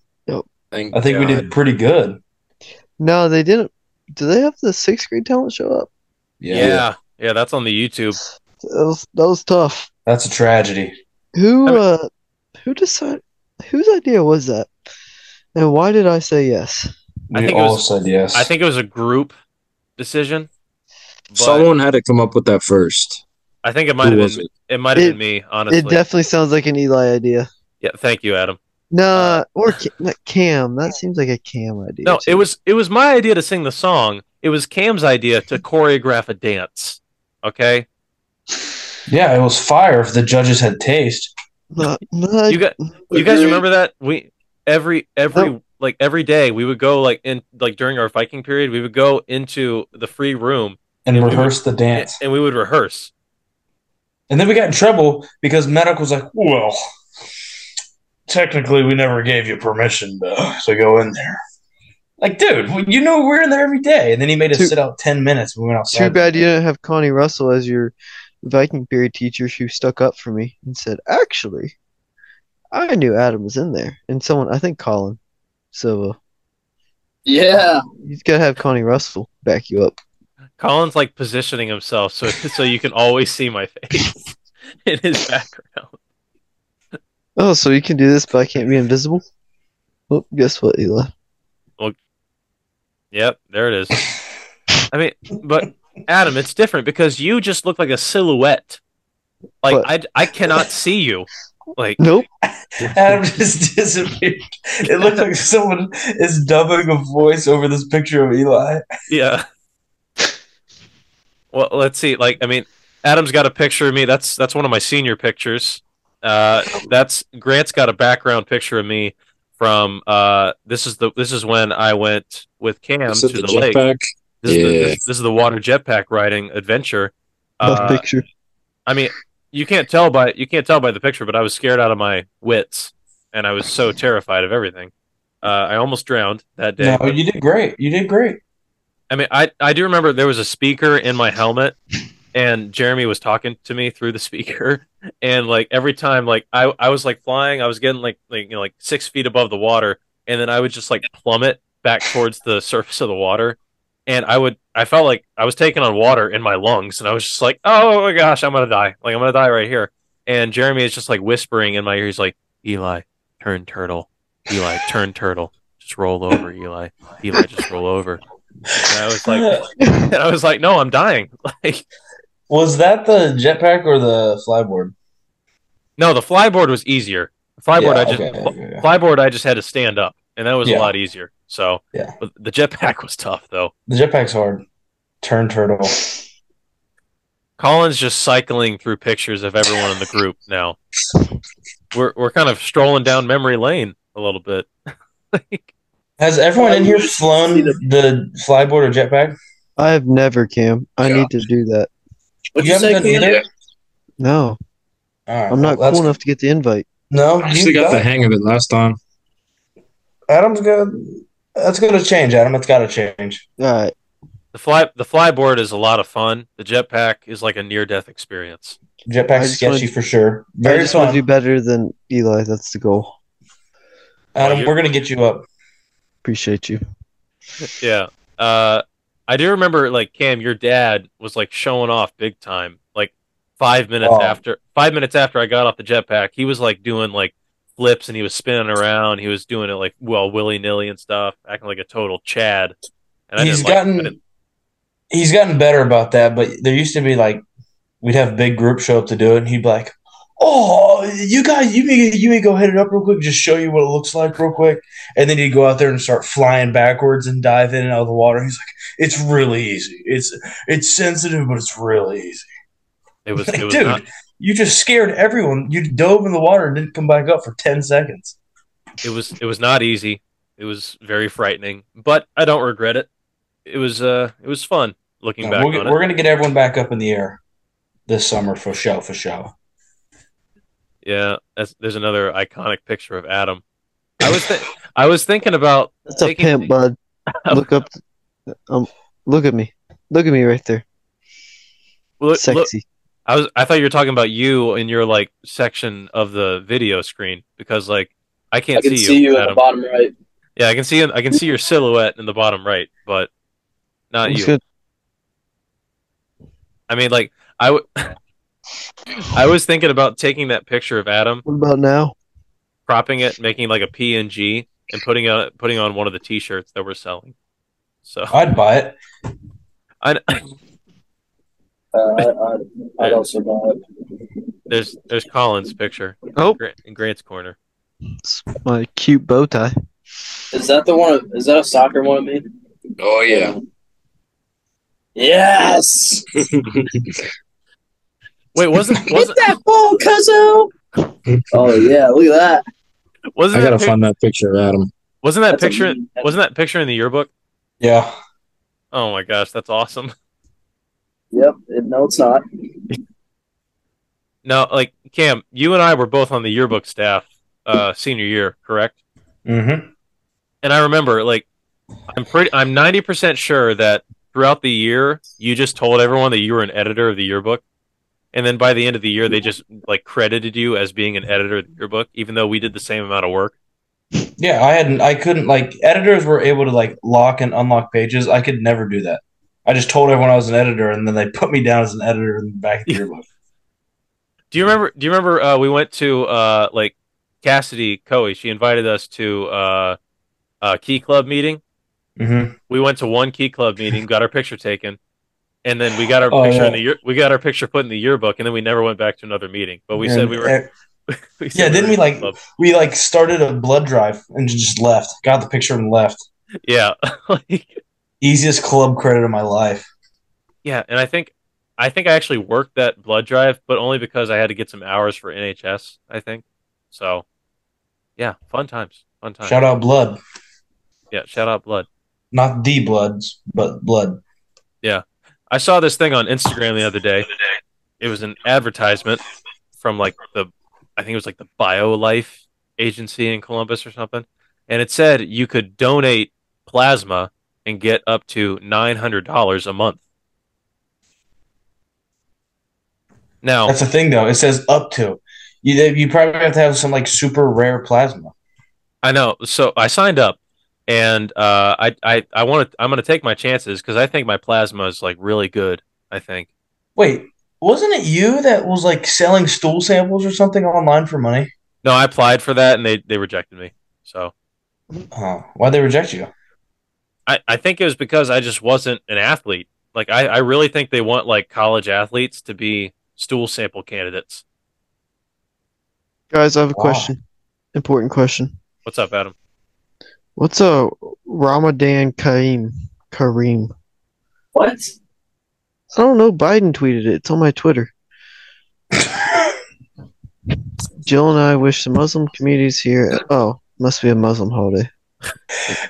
Thank
I think we did pretty good.
No, they didn't. Do they have the sixth grade talent show up?
yeah, Yeah, that's on the YouTube.
That was that was tough.
That's a tragedy.
Who
I mean-
uh, who decided? Whose idea was that? And why did I say yes?
We
I think it
all
was-
said yes.
I think it was a group decision. But
Someone had to come up with that first.
I think it might
Who
have
was
been
it?
it might have been
It-
me, honestly.
It definitely sounds like an Eli idea.
yeah, thank you, Adam.
Nah, or Ca- not Cam. That seems like a Cam idea.
No,
too.
it was it was my idea to sing the song. It was Cam's idea to choreograph a dance. Okay?
yeah, it was fire if the judges had taste.
Nah, nah,
You got you guys remember that? We every every like every day we would go like in like during our Viking period, we would go into the free room
And
Yeah, we
rehearsed the
and,
dance.
and we would rehearse.
And then we got in trouble because medic was like, well, technically, we never gave you permission to, to go in there. Like, dude, well, you know we're in there every day. And then he made us
Too-
sit out 10 minutes. We went
Too
outside.
bad you didn't have Connie Russell as your Viking period teacher who stuck up for me and said, actually, I knew Adam was in there. And someone, I think Colin. So uh,
Yeah.
you got to have Connie Russell back you up.
Colin's like positioning himself so so you can always see my face in his background.
Oh, so you can do this, but I can't be invisible? Well, guess what, Eli?
Yep, there it is. I mean, but Adam, it's different because you just look like a silhouette. Like I, I cannot see you. Like
Nope.
Adam just disappeared. It looked like someone is dubbing a voice over this picture of Eli.
yeah. Well, let's see. Like I mean, Adam's got a picture of me. That's that's one of my senior pictures. Uh, that's Grant's got a background picture of me from uh this is the this is when I went with Cam
Is
to
it
the,
the
lake.
jetpack?
This, is the,
Yeah.
this, this is the water jetpack riding adventure.
Love
Uh,
picture.
I mean, you can't tell by you can't tell by the picture, but I was scared out of my wits, and I was so terrified of everything. Uh, I almost drowned that day.
No, you did great. You did great.
I mean, I I do remember there was a speaker in my helmet, and Jeremy was talking to me through the speaker, and like every time, like I I was like flying, I was getting like like you know like six feet above the water, and then I would just like plummet back towards the surface of the water, and I would I felt like I was taking on water in my lungs, and I was just like, oh my gosh, I'm gonna die, like I'm gonna die right here, and Jeremy is just like whispering in my ear, he's like, Eli, turn turtle, Eli, turn turtle, just roll over, Eli, Eli, just roll over. And I was
Uh,
like, and I was like, no, I'm dying. Like,
was that the jetpack or the flyboard?
no, the flyboard was easier. The flyboard, I just
okay.
flyboard, I just had to stand up, and that was
Yeah.
a lot easier. So,
Yeah.
but the jetpack was tough though.
The jetpack's hard. Turn turtle.
Colin's just cycling through pictures of everyone in the group now. We're we're kind of strolling down memory lane a little bit. like,
Has everyone in here flown the flyboard or jetpack?
I have never, Cam. I
Yeah.
need to do that.
What'd
You
you, say,
haven't done
Cam?
either?
No,
All right,
I'm
well,
not cool
Uh, that's-
enough to get the invite.
No,
I actually
you
got
got
the hang of it last time.
Adam's good. That's going to change, Adam. It's got to change.
All right.
the fly the flyboard is a lot of fun. The jetpack is like a near death experience.
I
Jetpack's
just wanna-
sketchy for sure.
I
Very
just want
fun.
to do better than Eli. That's the goal.
Adam,
You're-
we're going to get you up.
Appreciate you.
Yeah. Uh, I do remember, like Cam, your dad was like showing off big time. Like five minutes
Oh.
after, five minutes after I got off the jetpack, he was like doing like flips and he was spinning around. He was doing it like well willy nilly and stuff, acting like a total Chad. And
He's
didn't like- I
gotten
didn't-
he's gotten better about that, but there used to be like we'd have big group show up to do it, and he'd be like, "Oh, you guys, you may you may go hit it up real quick. Just show you what it looks like real quick." And then he'd go out there and start flying backwards and dive in and out of the water. He's like, "It's really easy. It's it's sensitive, but it's really easy."
It was
Like,
it was
dude,
not
you just scared everyone. You dove in the water and didn't come back up for ten seconds.
it was it was not easy. It was very frightening, but I don't regret it. It was uh it was fun looking
No,
back
we'll get-
on
we're
it.
gonna get everyone back up in the air this summer for show for show.
Yeah, that's, there's another iconic picture of Adam. I was th- I was thinking about
That's a
taking-
pimp, bud. Look up. Um, look at me. Look at me right there.
look, look,
Sexy.
I was I thought you were talking about you in your like section of the video screen because like I can't
I can
see,
see you at the
Adam.
bottom right.
Yeah, I can see I can see your silhouette in the bottom right, but not
Looks
you.
good.
I mean, like I w- I was thinking about taking that picture of Adam,
What about now?
cropping it, making like a PNG, and putting out putting on one of the T-shirts that we're selling. So
I'd buy it.
I,
Uh, I, I, I'd also buy it.
there's there's Colin's picture.
Oh.
Gra- in Grant's corner.
It's my cute bow tie.
Is that the one? Is that a soccer one of me?
Oh yeah.
Yes.
Wait, wasn't wasn't
that ball, Cuzzo. oh yeah, look at that.
wasn't
I gotta
that, pic-
find that picture of Adam.
wasn't that
That's a
picture
mean-
wasn't that picture in the yearbook?
Yeah.
Oh my gosh, that's awesome.
Yep. It, no, it's not.
Now, like Cam, you and I were both on the yearbook staff uh, senior year, correct?
Mm-hmm.
And I remember, like, I'm pretty, I'm ninety percent sure that throughout the year, you just told everyone that you were an editor of the yearbook, and then by the end of the year, they just like credited you as being an editor of the yearbook, even though we did the same amount of work.
Yeah, I hadn't. I couldn't. Like editors were able to like lock and unlock pages. I could never do that. I just told everyone I was an editor, and then they put me down as an editor in the back of the yearbook.
Do you remember? Do you remember? Uh, we went to uh, like Cassidy Coey. She invited us to uh, a Key Club meeting.
Mm-hmm.
we went to one key club meeting, got our picture taken, and then we got our
Oh,
picture
yeah.
in the year, we got our picture put in the yearbook, and then we never went back to another meeting. But we said we were. we said
yeah, didn't
were
we,
in
like-
key club.
eh, We like started a blood drive and just left. Got the picture and left.
Yeah, Like,
Easiest club credit of my life.
yeah, and I think I think I actually worked that blood drive, but only because I had to get some hours for NHS. I think so. Yeah, fun times, fun times.
Shout out blood,
Yeah, shout out blood.
not the bloods, but blood.
I saw this thing on Instagram the other day. It was an advertisement from like the, I think it was like the BioLife agency in Columbus or something, and it said you could donate plasma and get up to nine hundred dollars a month. Now,
That's the thing though. It says up to. You you probably have to have some like super rare plasma.
I know. So I signed up, and uh, I I I want to I'm going to take my chances because I think my plasma is like really good. I think.
Wait, wasn't it you that was like selling stool samples or something online for money?
No, I applied for that and they they rejected me. So.
Oh, why'd they reject you?
I, I think it was because I just wasn't an athlete. Like I, I really think they want like college athletes to be stool sample candidates.
Guys, I have a
Wow.
question. Important question.
What's up, Adam?
What's a Ramadan Kareem? Kareem.
What?
I don't know. Biden tweeted it. It's on my Twitter. Jill and I wish the Muslim communities here. Oh, must be a Muslim holiday.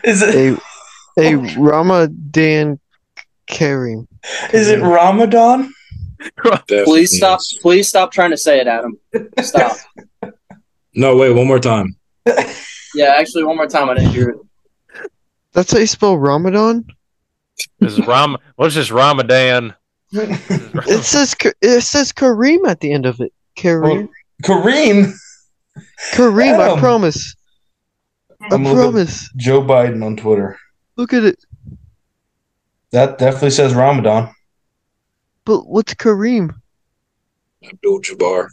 Is it
A,
Oh.
a Ramadan Kareem.
is it Ramadan?
Definitely.
Please stop. Please stop trying to say it, Adam. Stop.
No, wait, one more time.
yeah. Actually, one more time. I didn't hear it.
That's how you spell Ramadan?
This is Ram. What's this Ramadan?
It says Ka- it says Kareem at the end of it. Kareem.
Kareem,
Kareem, I
um,
Adam.
promise. I
I'm a little bit-
promise.
Joe Biden on Twitter.
Look at it.
That definitely says Ramadan.
But what's Kareem?
Abdul Jabbar.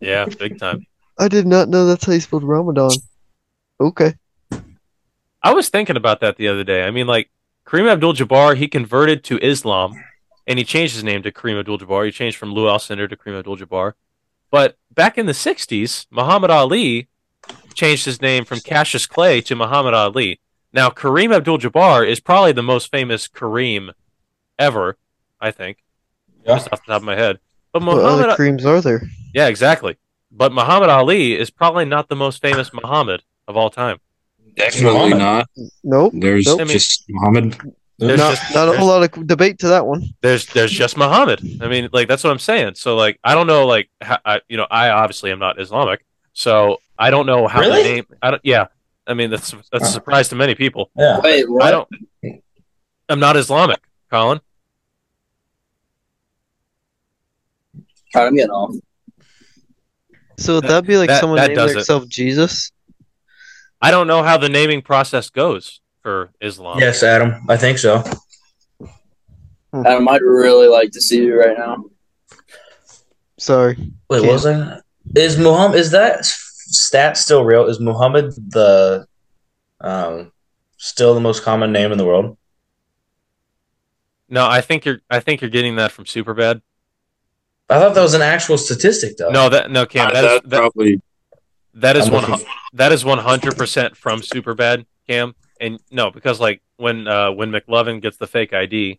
yeah, big time.
I did not know that's how you spelled Ramadan. Okay.
I was thinking about that the other day. I mean, like Kareem Abdul-Jabbar, he converted to Islam, and he changed his name to Kareem Abdul-Jabbar. He changed from Lou Alcindor to Kareem Abdul-Jabbar. But back in the '60s, Muhammad Ali changed his name from Cassius Clay to Muhammad Ali. Now, Kareem Abdul-Jabbar is probably the most famous Kareem ever, I think,
Yeah.
just off the top of my head. But
What
Muhammad,
other creams are there?
yeah, exactly. But Muhammad Ali is probably not the most famous Muhammad of all time.
Definitely
Muhammad.
not.
Nope.
There's
Nope.
just Muhammad.
There's
not,
just-
not a
there's-
whole lot of debate to that one.
there's there's just Muhammad. I mean, like that's what I'm saying. So like I don't know like how, I you know I obviously am not Islamic, so I don't know how
Really?
the name. I don't. Yeah, I mean that's that's a surprise to many people.
Yeah.
Wait, what?
I don't. I'm not Islamic, Colin.
Alright, I'm getting off.
So would that be like
that-
someone
that
naming
does it.
themselves Jesus?
I don't know how the naming process goes for Islam.
Yes, Adam. I think so.
Adam, I'd really like to see you right now.
Sorry.
Wait, what was that? Is Muhammad is that s- stat still real? Is Muhammad the um still the most common name in the world?
No, I think you're I think you're getting that from Superbad.
I thought that was an actual statistic though.
No, that no, Cam.
Uh,
That is
that's
that,
probably
that is
I'm
one
looking-
that is 100% from Superbad, Cam. And no, because like when uh, when McLovin gets the fake ID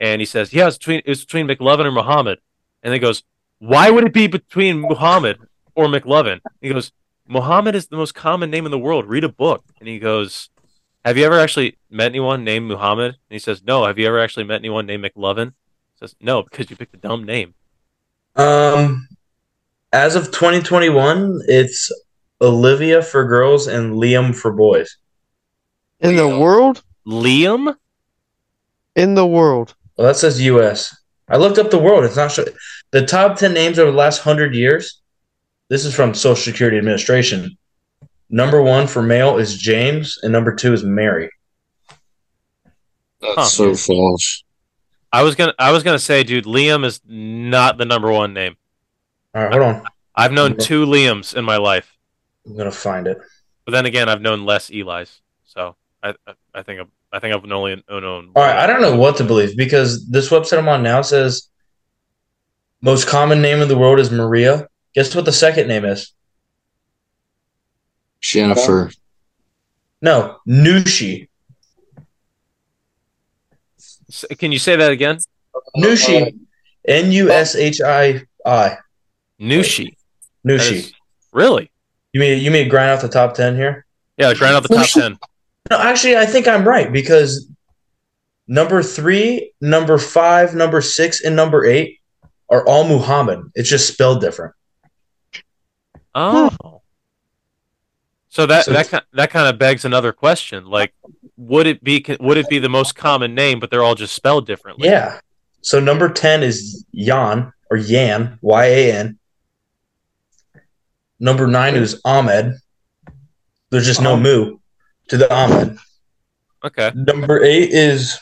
and he says, "Yeah, it's between it's between McLovin or Muhammad." And he goes, "Why would it be between Muhammad or McLovin?" He goes, "Muhammad is the most common name in the world. Read a book." And he goes, "Have you ever actually met anyone named Muhammad?" And he says, "No." "Have you ever actually met anyone named McLovin?" He says, "No, because you picked a dumb name."
Um, as of 2021, it's Olivia for girls and Liam for boys.
In the
Yeah.
world?
Liam?
In the world.
Well, that says U.S. I looked up the world. It's not sure. the top 10 names over the last hundred years. This is from Social Security Administration. Number one for male is James, and number two is Mary.
that's
Huh.
so false.
I was going to I was going to say, dude, Liam is not the number 1 name.
All right, hold on.
I've known
Yeah.
two Liams in my life,
I'm gonna find it.
but then again, I've known less Eli's. So I, I, I think I've, I think I've only known.
All right, I don't know what to believe because this website I'm on now says most common name in the world is Maria. Guess what the second name is?
Jennifer.
No, Nushi.
S- Can you say that again?
Uh,
Nushi. N U S H I I.
Nushi. That
Nushi.
is- Really?
You mean you mean grind out the top ten here?
Yeah, like right out the top
Nushi.
ten.
No, actually, I think I'm right because number three, number five, number six, and number eight are all Muhammad. It's just spelled different.
Oh. So that
So
that ki- that kind of begs another question. Like, would it be co- would it be the most common name, but they're all just spelled differently?
Yeah. So number ten is Yan or Yan Y A N. Number nine is Ahmed. There's just no mu to the Ahmed.
Okay.
Number eight is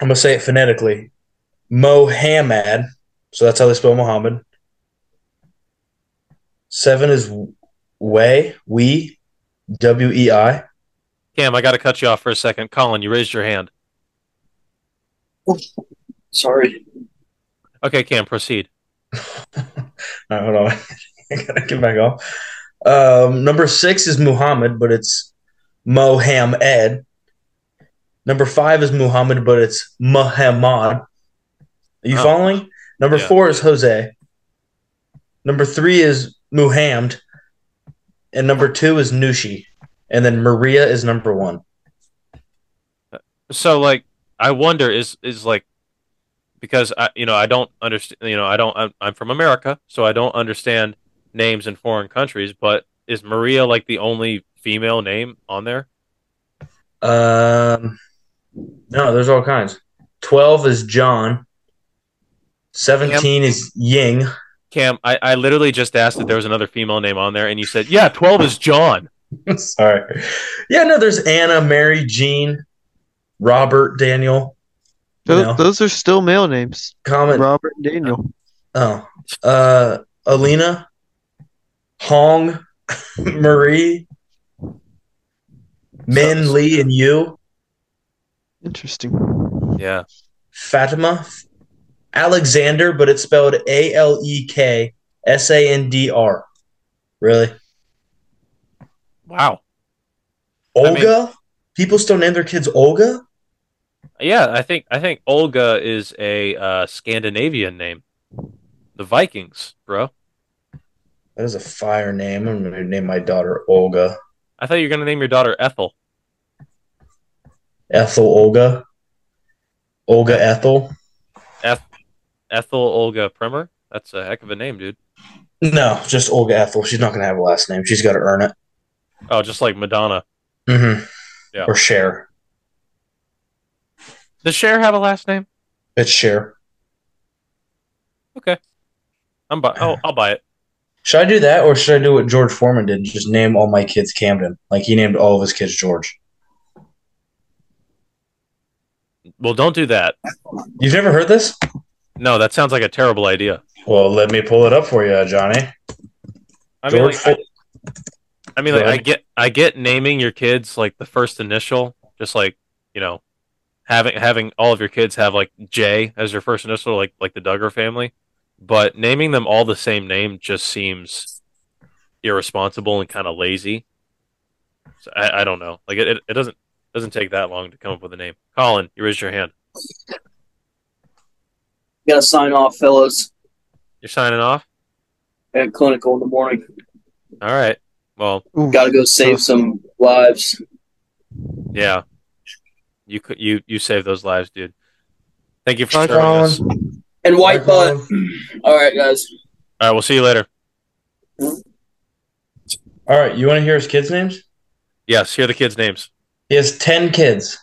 I'm gonna say it phonetically. Mohammed. So that's how they spell Muhammad. Seven is Way, We, W E I.
Cam, I got to cut you off for a second. Colin, you raised your hand.
Sorry.
Okay, Cam, proceed.
All right, Uh, hold on. I gotta get back off. Um, number six is Muhammad, but it's Mohammed. Number five is Muhammad, but it's Muhammad. Are you
Oh.
following? Number
Yeah.
four is Jose. Number three is Muhammad. And number two is Nushi. And then Maria is number one.
so like i wonder is is like because i you know i don't understand you know i don't I'm, I'm from america so i don't understand names in foreign countries but is maria like the only female name on there
Um, no, there's all kinds. 12 is John. 17 is Ying.
cam i, I literally just asked if there was another female name on there and you said yeah 12 is john
Sorry. Yeah, no, there's Anna, Mary, Jean, Robert, Daniel. You
Those,
know,
those are still male names.
comment.
Robert and Daniel.
oh, uh, Alina, Hong, Marie, Min, Lee, and you.
Interesting.
yeah
Fatima Alexander, but it's spelled A L E K S A N D R. Really?
Wow. I mean-
Olga? People still name their kids Olga?
Yeah, I think I think Olga is a uh, Scandinavian name. The Vikings, bro.
That is a fire name. I'm going to name my daughter Olga.
I thought you were gonna name your daughter Ethel.
Ethel Olga. Olga Ethel.
Ethel Olga Primer. That's a heck of a name, dude.
No, just Olga Ethel. She's not going to have a last name. She's got to earn it.
Oh, just like Madonna.
Mm-hmm.
Yeah.
Or Cher.
Does Cher have a last name?
It's Cher.
I'm bu- oh, I'll buy it.
Should I do that, or should I do what George Foreman did? and Just name all my kids Camden, like he named all of his kids George.
Well, don't do that.
You've never heard this?
No, that sounds like a terrible idea.
Well, let me pull it up for you, Johnny.
I mean,
George.
like, I, I mean, like,
Go
I
ahead.
get, I get naming your kids like the first initial, just like you know, having having all of your kids have like J as your first initial, like like the Duggar family. But naming them all the same name just seems irresponsible and kind of lazy. So I, I don't know. Like it, it, it doesn't doesn't take that long to come up with a name. Colin, you raised your hand.
Gotta sign off, fellas,
You're signing off.
at clinical in the morning.
All right. Well,
Ooh,
Gotta go save some lives.
yeah. You could you you saved those lives, dude. Thank you for
Bye,
joining us. All
And white butt. All right, guys.
right, we'll see you later.
All right, you want to hear his kids' names?
Yes, here are the kids' names.
He has 10 kids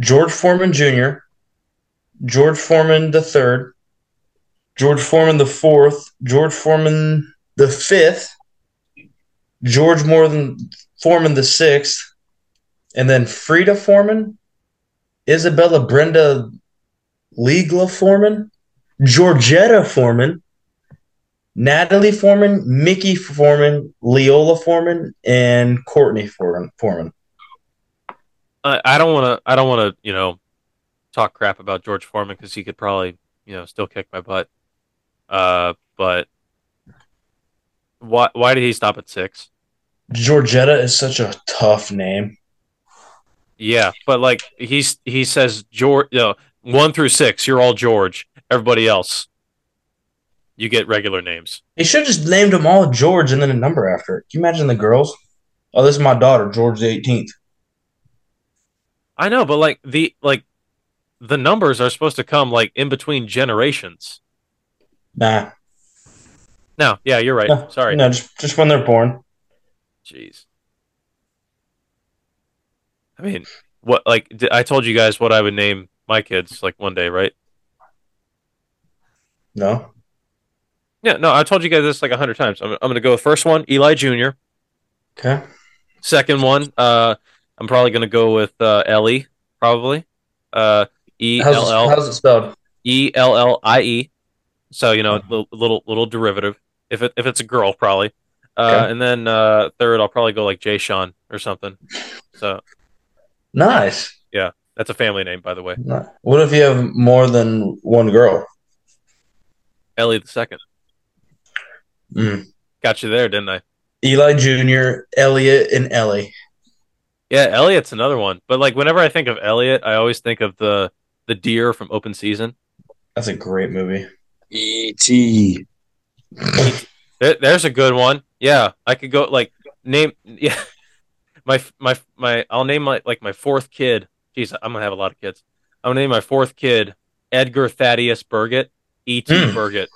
George Foreman Jr., George Foreman the third, George Foreman the fourth, George Foreman the fifth, George Morgan Foreman the sixth, and then Frida Foreman, Isabella Brenda Legla Foreman, Georgetta Foreman, Natalie Foreman, Mickey Foreman, Leola Foreman, and Courtney Foreman. Foreman.
I, I don't want to. I don't want to. You know, talk crap about George Foreman because he could probably, you know, still kick my butt. Uh, but why? Why did he stop at six?
Georgetta is such a tough name.
Yeah, but like he's he says George. You know, one through six, you're all George. Everybody else, you get regular names.
He should have just named them all George and then a number after it. Can you imagine the girls? Oh, this is my daughter, George the 18th.
I know, but like the like the numbers are supposed to come like in between generations.
Nah.
No, yeah, you're right.
No,
Sorry.
No, just, just when they're born.
Jeez. I mean, what like d- I told you guys what I would name my kids like one day, right?
No.
Yeah, no, I told you guys this like a hundred times. I'm, I'm gonna go with first one, Eli Jr.
Okay.
Second one, uh, I'm probably gonna go with uh, Ellie, probably. Uh, E
How's,
L L
how's it spelled?
E L L I E. So you know, li- little little derivative. If it if it's a girl, probably. Uh,
Okay.
And then uh, third, I'll probably go like Jay Sean or something. So
Nice.
that's a family name, by the way.
Ni- What if you have more than one girl?
Ellie the second.
Mm.
Got you there, didn't I?
Eli Jr., Elliot, and Ellie.
Yeah, Elliot's another one. But like whenever I think of Elliot, I always think of the the deer from Open Season.
That's a great movie.
E E.T.
There, there's a good one. Yeah, I could go like name. Yeah, my my my. I'll name my like my fourth kid. Jeez, I'm gonna have a lot of kids. I'm gonna name my fourth kid Edgar Thaddeus Burgett, E.T.
Hmm.
Burgett,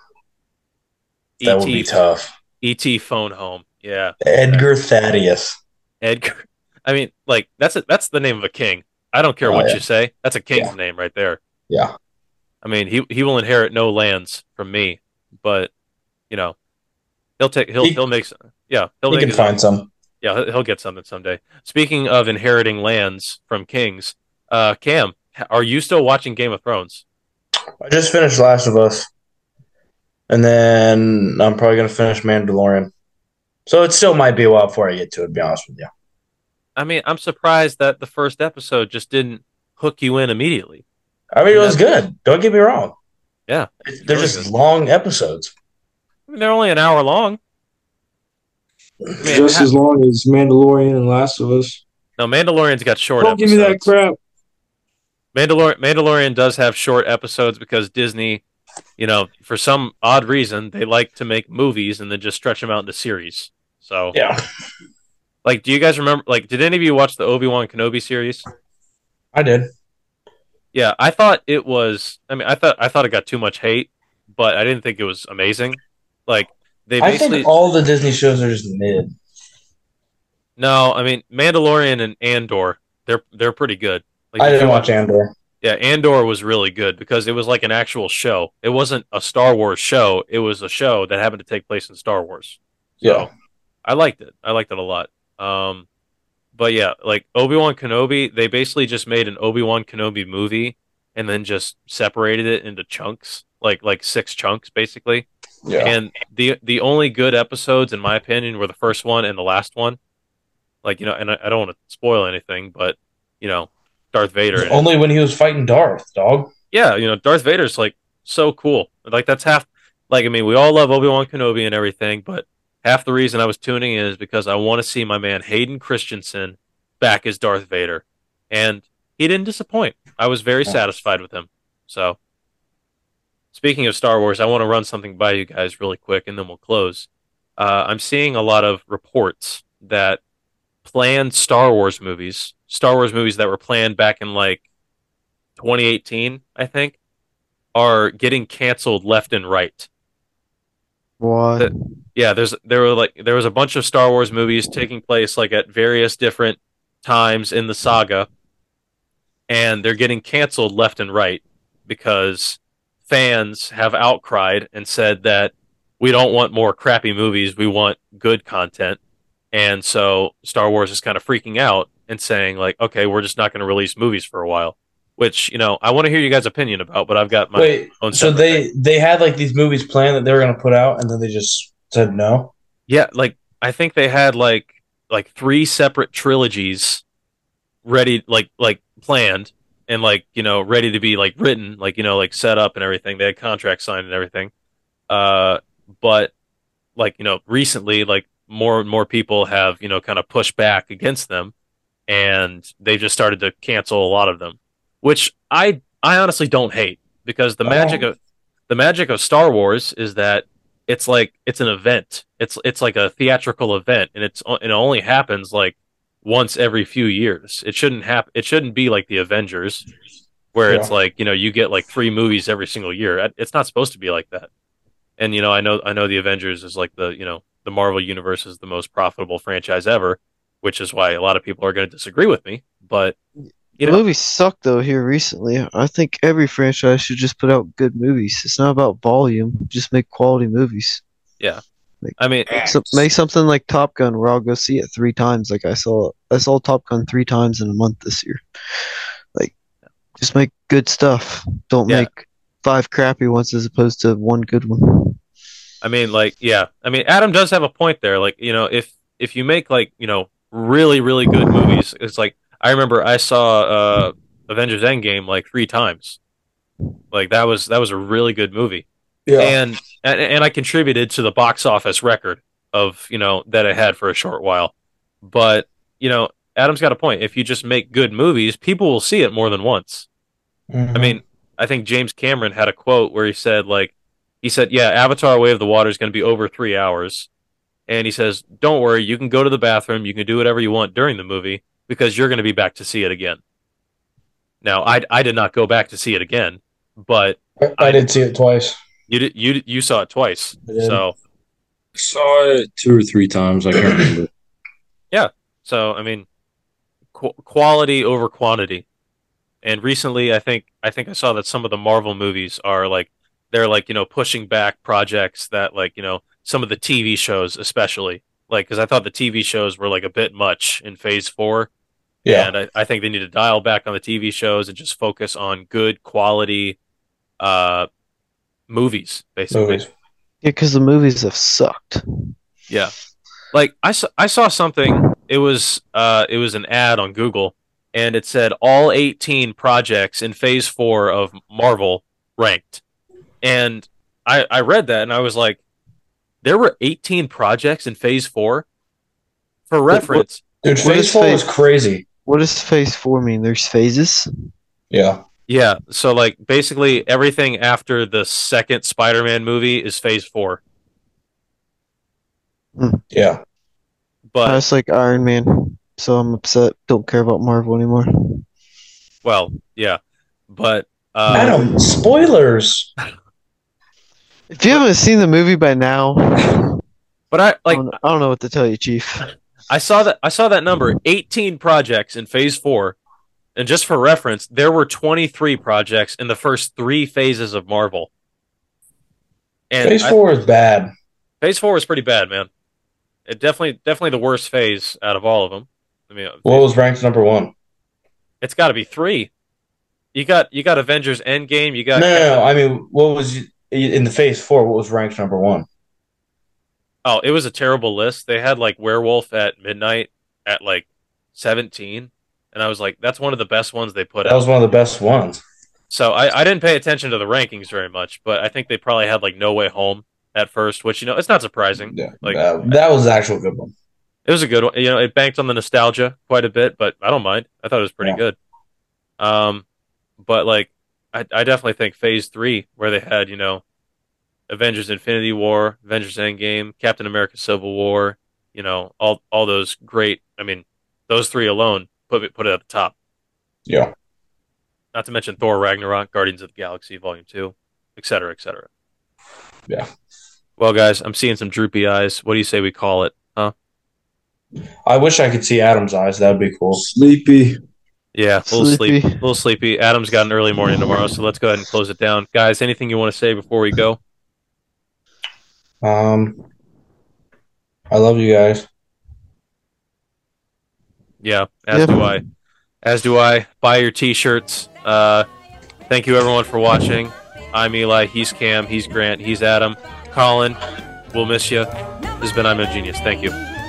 E
That would be
E.T.
tough.
E.T. Phone Home. Yeah,
Edgar Thaddeus.
Edgar. I mean, like that's a, that's the name of a king. I don't care
Oh,
what
yeah.
you say. That's a king's name right there.
Yeah.
I mean, he he will inherit no lands from me, but you know, he'll take he'll
He-
he, will make s- yeah he'll
He
make
can
his own-
find some.
yeah he'll- he'll get something someday. Speaking of inheriting lands from kings, uh, Cam, h- are you still watching Game of Thrones?
I just finished Last of Us, and then I'm probably gonna finish Mandalorian. So it still might be a while before I get to it. To be honest with you,
I mean, I'm surprised that the first episode just didn't hook you in immediately.
I mean, it was good. Don't get me wrong.
Yeah.
They're
really
just long episodes.
I mean, they're only an hour long. I mean,
Just
ha-
as long as Mandalorian and Last of Us.
no, Mandalorian's got short
Don't give
episodes.
me that crap.
Mandalor- Mandalorian does have short episodes because Disney, you know, for some odd reason, they like to make movies and then just stretch them out into series. So,
Yeah.
like, do you guys remember? Like, did any of you watch the Obi Wan Kenobi series?
I did.
Yeah, I thought it was. I mean, I thought I thought it got too much hate, but I didn't think it was amazing. Like, they
I
basically
think all the Disney shows are just mid.
no. I mean, Mandalorian and Andor, they're they're pretty good. Like,
I
if
didn't
you
watch Andor.
Yeah, Andor was really good because it was like an actual show. It wasn't a Star Wars show. It was a show that happened to take place in Star Wars.
Yeah.
I liked it. I liked it a lot. Um, but yeah, like Obi Wan Kenobi, they basically just made an Obi Wan Kenobi movie and then just separated it into chunks, like like six chunks basically.
Yeah.
And the the only good episodes, in my opinion, were the first one and the last one. Like you know, and I, I don't want to spoil anything, but you know, Darth Vader. and-
Only when he was fighting Darth, dog.
yeah, you know, Darth Vader's like so cool. Like that's half. Like I mean, we all love Obi Wan Kenobi and everything, but half the reason I was tuning in is because I want to see my man Hayden Christensen back as Darth Vader, and he didn't disappoint. I was very satisfied with him. So, speaking of Star Wars, I want to run something by you guys really quick, and then we'll close. Uh, I'm seeing a lot of reports that planned Star Wars movies, Star Wars movies that were planned back in like 2018, I think, are getting canceled left and right.
Why?
That- Yeah, there's there were like there was a bunch of Star Wars movies taking place like at various different times in the saga, and they're getting canceled left and right because fans have outcried and said that we don't want more crappy movies, we want good content. And so Star Wars is kind of freaking out and saying like, okay, we're just not going to release movies for a while, which, you know, I want to hear you guys opinion about, but I've got my
Wait,
own
so
separate
they they had like these movies planned that they were going to put out, and then they just said no.
Yeah, like I think they had like like three separate trilogies ready like like planned and like, you know, ready to be like written, like, you know, like set up and everything. They had contracts signed and everything. Uh but like, you know, recently like more and more people have, you know, kind of pushed back against them and they've just started to cancel a lot of them, which I I honestly don't hate because the magic of the magic of Star Wars is that it's like it's an event. It's it's like a theatrical event, and it's and it only happens like once every few years. It shouldn't happen. It shouldn't be like the Avengers, where it's
Yeah.
like you know you get like three movies every single year. I- It's not supposed to be like that. And you know I know I know the Avengers is like the you know the Marvel universe is the most profitable franchise ever, which is why a lot of people are going to disagree with me. But you
the
know,
movies suck though here recently. I think every franchise should just put out good movies. It's not about volume; just make quality movies.
I mean,
So, make something like Top Gun, where I'll go see it three times. Like I saw, I saw Top Gun three times in a month this year. Like, just make good stuff. Don't
Yeah.
make five crappy ones as opposed to one good one.
I mean, like, yeah. I mean, Adam does have a point there. Like, you know, if if you make like you know really really good movies, it's like I remember I saw uh, Avengers Endgame like three times. Like that was that was a really good movie, and, and and I contributed to the box office record of you know that it had for a short while. But you know, Adam's got a point. If you just make good movies, people will see it more than once. I mean, I think James Cameron had a quote where he said, like, he said, yeah, Avatar Way of the Water is going to be over three hours. And he says, don't worry, you can go to the bathroom, you can do whatever you want during the movie because you're going to be back to see it again. Now, I, I did not go back to see it again, but
I, I did see it twice.
you did, you did- you saw it twice.
I did.
So
Saw it two or three times. I can't remember.
so I mean, qu- quality over quantity. And recently, I think I think I saw that some of the Marvel movies are like they're like you know pushing back projects that like you know some of the TV shows especially like because I thought the TV shows were like a bit much in Phase Four.
Yeah.
And I, I think they need to dial back on the TV shows and just focus on good quality uh, movies, basically.
Movies.
Yeah, because the movies have sucked.
like I saw, I saw something it was uh it was an ad on google and it said all 18 projects in phase four of Marvel ranked. And I, I read that and I was like, there were 18 projects in phase four? For reference,
Dude,
What
phase
is
four
phase-
is crazy.
What does phase four mean? There's phases.
Yeah.
yeah. So, like, basically everything after the second Spider Man movie is phase four.
Yeah.
But
That's like Iron Man. So I'm upset. Don't care about Marvel anymore.
Well, yeah, but uh,
Adam, spoilers.
If you haven't seen the movie by now,
but I
like, I,
like
don't, I don't know what to tell you, Chief.
I saw that I saw that number eighteen projects in phase four, and just for reference, there were twenty three projects in the first three phases of Marvel. And
Phase
I-
four is bad.
phase four was pretty bad, man. It definitely definitely the worst phase out of all of them. I mean,
What was ranked number one?
it's got to be three. You got you got Avengers Endgame. You
No,
got
no, no. I mean, what was in the phase four? What was ranked number one?
Oh, it was a terrible list. They had like Werewolf at midnight at like 17. And I was like, that's one of the best ones they put
That
out.
was one of the best ones.
So I, I didn't pay attention to the rankings very much, but I think they probably had like No Way Home at first, which, you know, it's not surprising.
Yeah,
Like-
that, that was the actual good one.
It was a good one. You know, it banked on the nostalgia quite a bit, but I don't mind. I thought it was pretty
Yeah.
good. Um, but like, I, I definitely think Phase Three, where they had you know, Avengers: Infinity War, Avengers: Endgame, Captain America: Civil War, you know, all all those great. I mean, those three alone put it- put it at the top.
Yeah.
Not to mention Thor: Ragnarok, Guardians of the Galaxy Volume Two, et cetera, et cetera.
Yeah.
Well, guys, I'm seeing some droopy eyes. What do you say we call it?
I wish I could see Adam's eyes. That would be cool.
Sleepy.
Yeah, a little sleepy.
Sleepy.
a little sleepy. Adam's got an early morning tomorrow, so let's go ahead and close it down. Guys, anything you want to say before we go?
Um, I love you guys.
Yeah, as
Yeah.
do I. As do I. Buy your t-shirts. Uh, thank you everyone for watching. I'm Eli, he's Cam, he's Grant, he's Adam. Colin, we'll miss you. This has been I'm a Genius. Thank you.